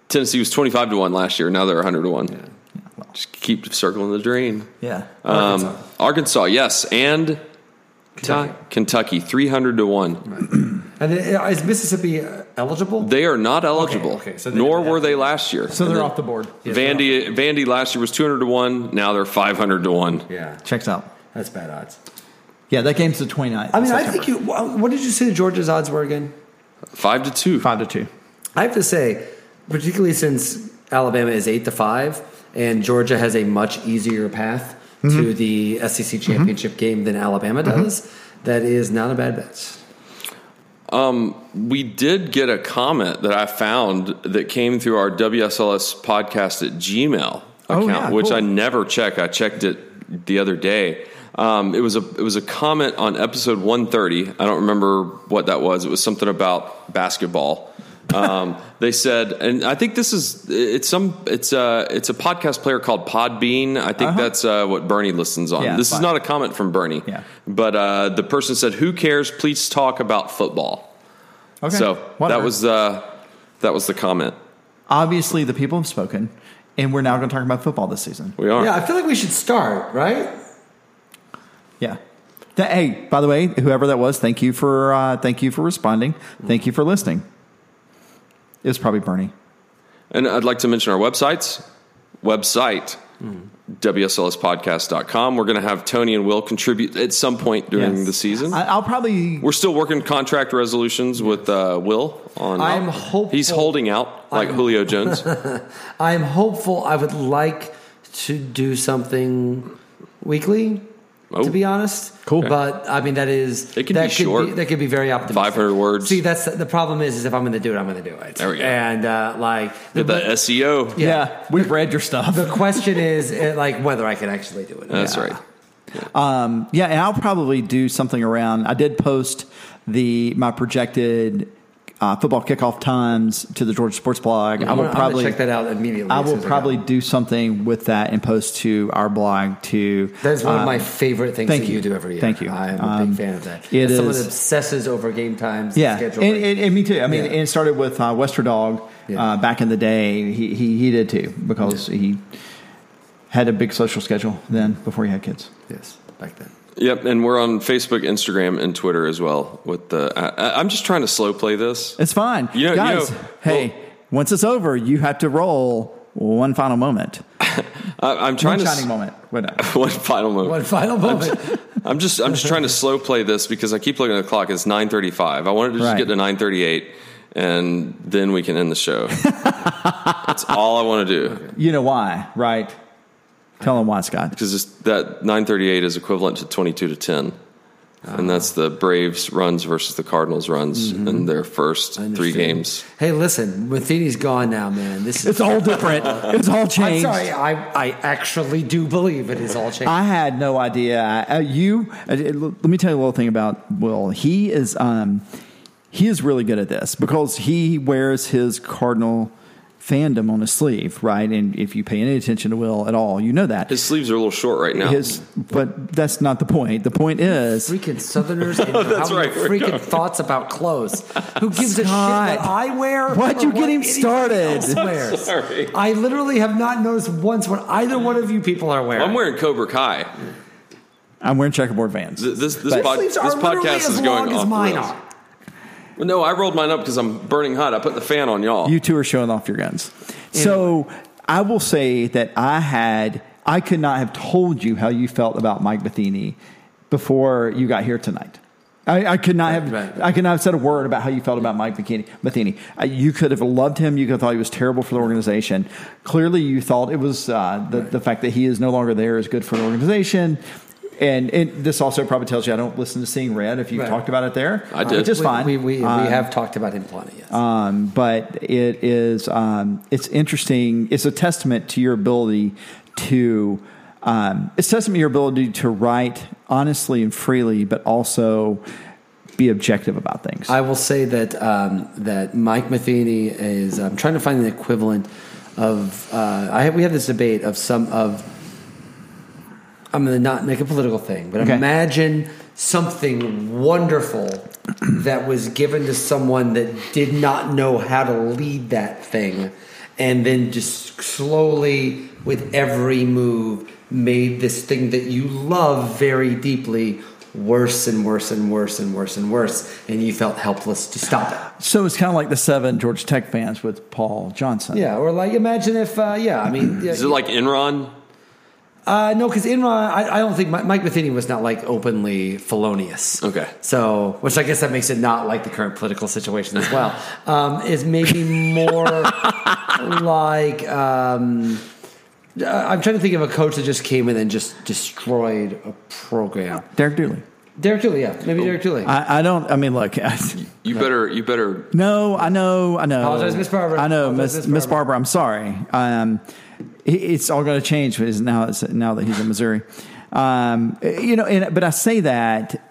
Speaker 2: Tennessee was twenty five to one last year. Now they're hundred to one. Just keep circling the drain.
Speaker 1: Yeah.
Speaker 2: Um, Arkansas, yes, and Kentucky, three hundred to one.
Speaker 3: And then, uh, is Mississippi uh, eligible?
Speaker 2: They are not eligible.
Speaker 3: Okay, okay, so they
Speaker 2: nor
Speaker 3: don't have
Speaker 2: were they last year.
Speaker 1: so
Speaker 2: And
Speaker 1: they're
Speaker 2: then
Speaker 1: off the board.
Speaker 2: Vandy, Vandy last year was two hundred to one. Now they're five hundred to one.
Speaker 3: yeah,
Speaker 1: Checks out.
Speaker 3: that's bad odds.
Speaker 1: Yeah, that game's the 29th.
Speaker 3: I mean, I
Speaker 1: September.
Speaker 3: think you. wha- What did you say Georgia's odds were again?
Speaker 2: Five to two.
Speaker 1: five to two.
Speaker 3: I have to say, particularly since Alabama is eight to five, and Georgia has a much easier path to the SEC championship game than Alabama does. that is not a bad bet.
Speaker 2: We did get a comment that I found that came through our WSLS podcast at Gmail account,
Speaker 1: Oh, yeah,
Speaker 2: which
Speaker 1: cool.
Speaker 2: I never check. I checked it the other day. Um, it was a it was a comment on episode 130. I don't remember what that was. It was something about basketball. Um, they said, and I think this is it's some it's a it's a podcast player called Podbean. I think that's uh, what Bernie listens on.
Speaker 1: Uh-huh. Yeah,
Speaker 2: this is
Speaker 1: fine.
Speaker 2: not a comment from Bernie,
Speaker 1: Yeah.
Speaker 2: but uh, the person said, "Who cares? Please talk about football."
Speaker 1: Okay.
Speaker 2: So
Speaker 1: Whatever.
Speaker 2: that was the that was the comment.
Speaker 1: obviously the people have spoken, and we're now going to talk about football this season.
Speaker 2: We are.
Speaker 3: Yeah, I feel like we should start right.
Speaker 1: Yeah. Th- hey, by the way, whoever that was, thank you for uh, thank you for responding. Thank you for listening. It was probably Bernie.
Speaker 2: And I'd like to mention our websites. Website wslspodcast.com. We're going to have Tony and Will contribute at some point during
Speaker 1: Yes.
Speaker 2: the season.
Speaker 1: I, I'll probably
Speaker 2: We're still working contract resolutions with uh, Will on
Speaker 3: I'm hopeful-
Speaker 2: He's holding out like Julio Jones.
Speaker 3: I'm hopeful. I would like to do something weekly.
Speaker 2: Oh.
Speaker 3: To be honest,
Speaker 1: Cool.
Speaker 3: But I mean, that is
Speaker 2: It can
Speaker 3: that
Speaker 2: be short.
Speaker 3: that could be very optimistic.
Speaker 2: 500 words.
Speaker 3: See, that's the problem is, is if I'm going to do it, I'm going to do it.
Speaker 2: There we go.
Speaker 3: And uh, like
Speaker 2: the E SEO.
Speaker 1: yeah, we've read your stuff.
Speaker 3: The question is, eh, like, whether I can actually do it.
Speaker 2: That's
Speaker 3: Yeah.
Speaker 2: right.
Speaker 1: Um, yeah, and I'll probably do something around. I did post the my projected uh, football kickoff times to the Georgia Sports Blog. I
Speaker 3: I'm
Speaker 1: will
Speaker 3: gonna- I'm gonna
Speaker 1: probably
Speaker 3: check that out immediately.
Speaker 1: I
Speaker 3: as
Speaker 1: will
Speaker 3: soon as
Speaker 1: probably
Speaker 3: go.
Speaker 1: do something with that and post to our blog to.
Speaker 3: That is one of
Speaker 1: um,
Speaker 3: my favorite things
Speaker 1: thank
Speaker 3: that
Speaker 1: you.
Speaker 3: you. do every year.
Speaker 1: Thank you.
Speaker 3: I am a
Speaker 1: Um,
Speaker 3: big fan of that.
Speaker 1: it
Speaker 3: As someone
Speaker 1: is-
Speaker 3: that obsesses over game times. and
Speaker 1: Yeah, and,
Speaker 3: scheduling.
Speaker 1: and, and me too. I mean,
Speaker 3: Yeah.
Speaker 1: and it started with uh, Westerdog
Speaker 3: Yeah.
Speaker 1: uh, back in the day. He, he he did too because he had a big social schedule then before you had kids.
Speaker 3: Yes, back then.
Speaker 2: Yep, and we're on Facebook, Instagram, and Twitter as well. With the, I, I- I'm just trying to slow play this.
Speaker 1: It's fine,
Speaker 2: You know- you
Speaker 1: guys.
Speaker 2: know-
Speaker 1: hey, once it's over, you have to roll one final moment,
Speaker 2: I, I'm
Speaker 1: one
Speaker 2: trying to
Speaker 1: shining
Speaker 2: s-
Speaker 1: moment. Whatever.
Speaker 2: one final moment.
Speaker 3: One final moment.
Speaker 2: I'm just I'm just trying to slow play this because I keep looking at the clock. It's 9:35. I wanted to just
Speaker 1: Right.
Speaker 2: get to 9:38, and then we can end the show. That's all I want to do
Speaker 1: You know why, right? Tell them why, Scott.
Speaker 2: because that 9:38 is equivalent to 22 to 10, and that's the Braves runs versus the Cardinals runs
Speaker 3: Mm-hmm.
Speaker 2: in their first three games.
Speaker 3: hey, listen, Matheny's gone now, man. This is.
Speaker 1: It's all different. It's all
Speaker 3: I'm
Speaker 1: changed.
Speaker 3: sorry. I, I actually do believe it is all changed.
Speaker 1: I had no idea. I- Uh, you, uh, it- let me tell you a little thing about Will. He is, um, he is really good at this because he wears his cardinal fandom on his sleeve, right? And if you pay any attention to Will at all, you know that
Speaker 2: His sleeves are a little short right now.
Speaker 1: his. But that's not the point. The point is,
Speaker 3: freaking Southerners and having
Speaker 2: right, we're
Speaker 3: freaking thoughts about clothes. Who gives a shit
Speaker 1: Scott,
Speaker 3: what I wear?
Speaker 1: why'd
Speaker 3: or
Speaker 1: you get
Speaker 3: what
Speaker 1: him
Speaker 3: anybody
Speaker 1: started?
Speaker 3: else wears?
Speaker 2: Sorry.
Speaker 3: I literally have not noticed once what either one of you people are wearing.
Speaker 2: I'm wearing Cobra Kai.
Speaker 1: I'm wearing checkerboard vans.
Speaker 2: Th- This this,
Speaker 1: But-
Speaker 2: pod,
Speaker 3: Sleeves
Speaker 2: this
Speaker 3: are literally
Speaker 2: podcast
Speaker 3: as
Speaker 2: is
Speaker 3: long
Speaker 2: going
Speaker 3: as
Speaker 2: off. the
Speaker 3: mine
Speaker 2: rails.
Speaker 3: are.
Speaker 2: Well, No, I rolled mine up because I'm burning hot. I put the fan on y'all.
Speaker 1: You two are showing off your guns. So I will say that I had, I could not have told you how you felt about Mike Matheny before you got here tonight. I, I could not have,
Speaker 3: right, right.
Speaker 1: I could not have said a word about how you felt about Mike Matheny. Matheny, Uh, you could have loved him. You could have thought he was terrible for the organization. Clearly, you thought it was uh, the, the fact that he is no longer there is good for the organization. And, and this also probably tells you I don't listen to Seeing Red if you
Speaker 3: Right.
Speaker 1: talked about it there,
Speaker 2: I did.
Speaker 1: which is
Speaker 3: We-
Speaker 1: fine.
Speaker 3: We, we,
Speaker 1: Um,
Speaker 3: we have talked about him plenty. Yes.
Speaker 1: um, but it is um, it's interesting. It's a testament to your ability to um, it's testament to your ability to write honestly and freely, but also be objective about things.
Speaker 3: I will say that um, that Mike Matheny is. I'm trying to find the equivalent of. Uh, I have, we have this debate of some of. I'm going to not make a political thing, but
Speaker 1: Okay.
Speaker 3: imagine something wonderful that was given to someone that did not know how to lead that thing, and then just slowly, with every move, made this thing that you love very deeply worse and worse and worse and worse and worse, and you felt helpless to stop it.
Speaker 1: so it's kind of like the seven Georgia Tech fans with Paul Johnson.
Speaker 3: Yeah, or like imagine if, uh, yeah, I mean, yeah,
Speaker 2: Is it like Enron?
Speaker 3: Uh, no, because Enron, I, I don't think Mi- Mike Matheny was not like openly felonious.
Speaker 2: Okay.
Speaker 3: So, which I guess that makes it not like the current political situation as well. Um, is maybe more like um, uh, I'm trying to think of a coach that just came in and just destroyed a program.
Speaker 1: Derek Dooley.
Speaker 3: Derek Dooley, yeah, maybe Derek Dooley.
Speaker 1: I, I don't. I mean, look. I,
Speaker 2: You better you better
Speaker 1: no, I know. I know.
Speaker 3: Apologize, Miss Barbara.
Speaker 1: I know,
Speaker 3: Apologize,
Speaker 1: Miss
Speaker 3: Miss
Speaker 1: Miss Barbara. I'm sorry. Um, it- it's all going to change because now it's, now that he's in Missouri. Um, you know, and, but I say that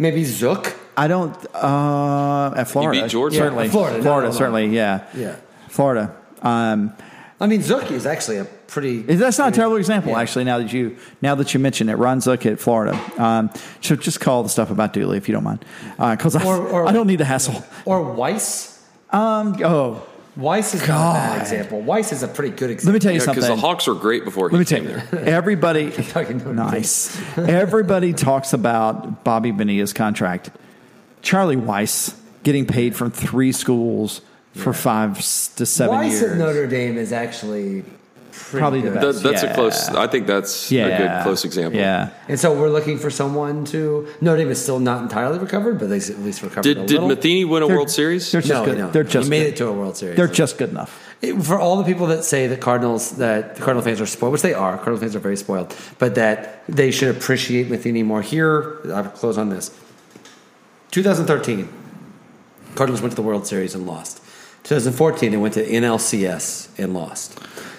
Speaker 3: maybe Zook.
Speaker 1: I don't. Uh, at Florida,
Speaker 2: beat Georgia?
Speaker 1: certainly.
Speaker 3: Yeah, Florida, no,
Speaker 1: Florida,
Speaker 3: no, no.
Speaker 1: certainly. Yeah,
Speaker 3: Yeah.
Speaker 1: Florida. Um,
Speaker 3: I mean, Zook is actually a pretty.
Speaker 1: that's not a terrible example, actually. Now that you now that you mention it, Ron Zook at Florida. Um, so just call the stuff about Dooley if you don't mind, because I,
Speaker 3: Or- or-
Speaker 1: I don't need the hassle.
Speaker 3: Or Weiss.
Speaker 1: Um, oh,
Speaker 3: Weiss is not a bad
Speaker 1: God.
Speaker 3: example. Weiss is a pretty good example.
Speaker 1: let me tell you
Speaker 2: Yeah,
Speaker 1: something.
Speaker 2: because the Hawks were great before he
Speaker 1: Let me tell
Speaker 2: came
Speaker 1: you,
Speaker 2: there.
Speaker 1: everybody.
Speaker 3: Fucking don't
Speaker 1: nice. everybody talks about Bobby Benilla's contract. Charlie Weiss getting paid from three schools for five s- to seven
Speaker 3: Weiss
Speaker 1: years.
Speaker 3: at Notre Dame is actually pretty
Speaker 1: Probably the
Speaker 3: good.
Speaker 1: best.
Speaker 2: That, that's
Speaker 1: Yeah.
Speaker 2: a close. I think that's a good close example.
Speaker 1: Yeah.
Speaker 3: And so we're looking for someone to. Notre Dame is still not entirely recovered, but they at least recovered a
Speaker 2: Did did
Speaker 3: little.
Speaker 2: Matheny win a
Speaker 1: They're-
Speaker 2: World Series?
Speaker 1: They're just
Speaker 3: no,
Speaker 1: good.
Speaker 3: no,
Speaker 1: They're
Speaker 3: he
Speaker 1: just
Speaker 3: made
Speaker 1: good.
Speaker 3: it to a World Series.
Speaker 1: They're just good enough.
Speaker 3: It- for all the people that say that Cardinals that the Cardinal fans are spoiled, which they are, Cardinal fans are very spoiled, but that they should appreciate Matheny more. Here, I'll close on this. 2013, Cardinals went to the World Series and lost. 2014, they went to NLCS and lost.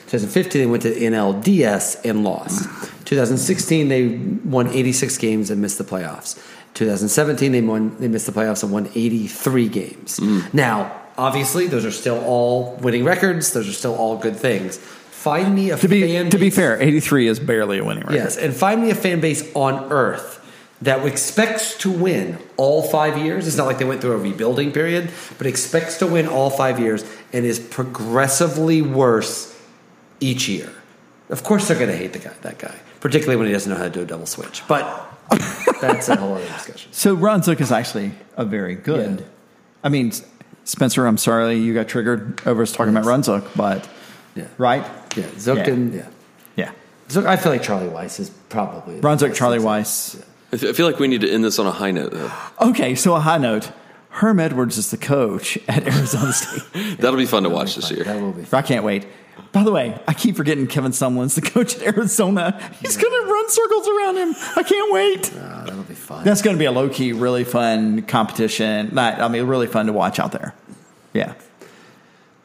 Speaker 3: 2015, they went to NLDS and lost. 2016, they won 86 games and missed the playoffs. 2017, they won. They missed the playoffs and won 83 games. Now, obviously, those are still all winning records. Those are still all good things. Find me a
Speaker 1: To be
Speaker 3: fan
Speaker 1: to be
Speaker 3: base-
Speaker 1: fair, eighty three is barely a winning record.
Speaker 3: Yes, and find me a fan base on Earth that expects to win all five years. It's not like they went through a rebuilding period, but expects to win all five years and is progressively worse each year. Of course, they're going to hate the guy, that guy, particularly when he doesn't know how to do a double switch. But that's a whole other discussion.
Speaker 1: So Ron Zook is actually a very good.
Speaker 3: Yeah.
Speaker 1: I mean, S- Spencer, I'm sorry you got triggered over us talking about Ron Zook, but
Speaker 3: Yeah.
Speaker 1: right?
Speaker 3: Yeah, Zook
Speaker 1: Yeah.
Speaker 3: and yeah,
Speaker 1: Yeah,
Speaker 3: Zook. I feel like Charlie Weiss is probably
Speaker 1: Ron Zook, Charlie Weiss.
Speaker 2: I f- I feel like we need to end this on a high note. Though.
Speaker 1: Okay, so a high note. Herm Edwards is the coach at Arizona State.
Speaker 2: That'll be fun to watch this year.
Speaker 3: That will be.
Speaker 1: I can't wait. By the way, I keep forgetting Kevin Sumlin's the coach at Arizona. He's going to run circles around him. I can't wait.
Speaker 3: Uh, that'll be fun.
Speaker 1: That's going to be a low key, really fun competition. Not, I mean, really fun to watch out there. Yeah.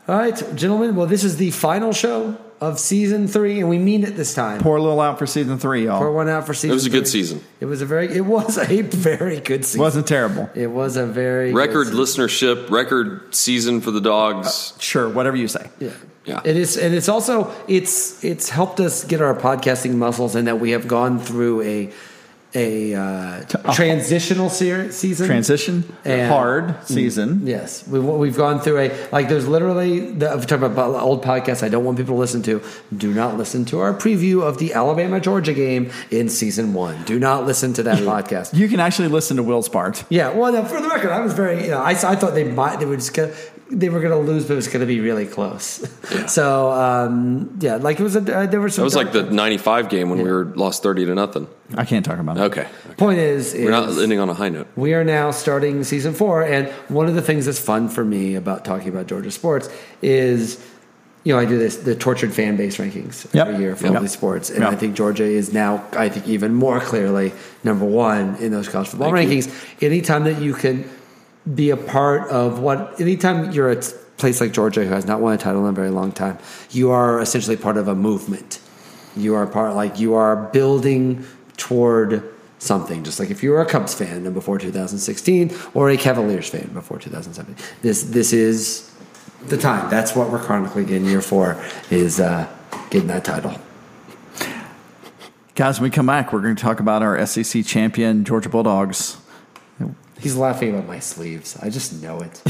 Speaker 3: All right, gentlemen. Well, this is the final show of season three, and we mean it this time.
Speaker 1: Pour a little out for season three, y'all.
Speaker 3: Pour one out for season.
Speaker 2: It was a good
Speaker 3: three.
Speaker 2: season.
Speaker 3: It was a very. It was a very good season.
Speaker 1: Wasn't terrible.
Speaker 3: It was a very good
Speaker 2: Record
Speaker 3: season.
Speaker 2: listenership, record season for the dogs.
Speaker 1: Sure, whatever you say.
Speaker 3: Yeah.
Speaker 2: Yeah.
Speaker 3: It is and it's also it's it's helped us get our podcasting muscles and that we have gone through a a uh,
Speaker 1: oh.
Speaker 3: transitional ser- season.
Speaker 1: Transition,
Speaker 3: And- Mm.
Speaker 1: hard season.
Speaker 3: Yes, we, we've gone through a like. There's literally the, I've talked about old podcasts. I don't want people to listen to. Do not listen to our preview of the Alabama Georgia game in season one. Do not listen to that podcast.
Speaker 1: You can actually listen to Will's part.
Speaker 3: Yeah, well, no, for the record, I was very. You know, I, I thought they might. They were just gonna. They were going to lose, but it was going to be really close. So um, yeah, like it was. A, uh, there were some.
Speaker 2: That was like the 95 game when we were lost 30 to nothing.
Speaker 1: I can't talk about it.
Speaker 2: Okay.
Speaker 3: point is, is
Speaker 2: We're not ending on a high note.
Speaker 3: we are now starting season four, and one of the things that's fun for me about talking about Georgia sports is, you know, I do this the tortured fan base rankings every
Speaker 1: Yep.
Speaker 3: year for
Speaker 1: Yep.
Speaker 3: all these sports, and I
Speaker 1: Yep.
Speaker 3: think Georgia is now, I think, even more clearly number one in those college football rankings. Anytime that you can be a part of what, anytime you're at a place like Georgia who has not won a title in a very long time, you are essentially part of a movement you are part like you are building toward something just like if you were a cubs fan before 2016 or a cavaliers fan before 2017 this this is the time that's what we're chronically in year four is uh getting that title
Speaker 1: Guys, when we come back, we're going to talk about our SEC champion, Georgia Bulldogs.
Speaker 3: he's laughing about my sleeves i just know it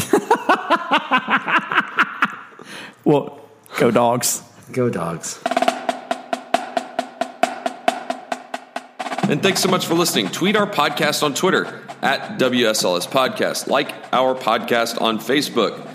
Speaker 1: Well, go dogs.
Speaker 3: go dogs
Speaker 2: And thanks so much for listening. Tweet our podcast on Twitter at WSLS Podcast. Like our podcast on Facebook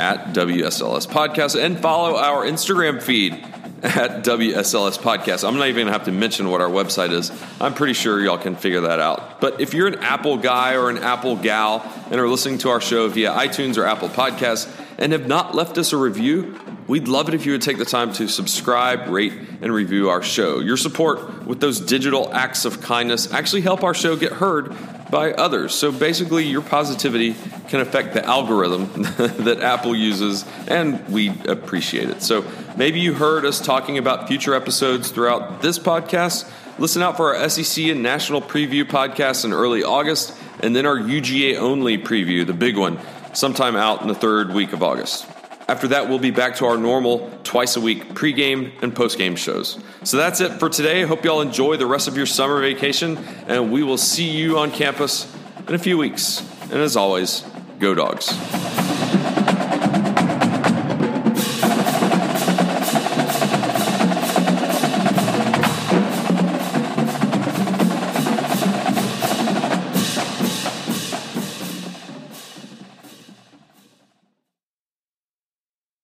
Speaker 2: at WSLS Podcast. And follow our Instagram feed at WSLS Podcast. I'm not even going to have to mention what our website is. I'm pretty sure y'all can figure that out. But if you're an Apple guy or an Apple gal and are listening to our show via iTunes or Apple Podcasts and have not left us a review, We'd love it if you would take the time to subscribe, rate, and review our show. Your support with those digital acts of kindness actually help our show get heard by others. So basically, your positivity can affect the algorithm that Apple uses, and we appreciate it. So maybe you heard us talking about future episodes throughout this podcast. Listen out for our SEC and national preview podcast in early August, and then our UGA only preview, the big one, sometime out in the third week of August. After that, we'll be back to our normal twice a week pregame and postgame shows. So that's it for today. Hope y'all enjoy the rest of your summer vacation, and we will see you on campus in a few weeks. And as always, go dogs.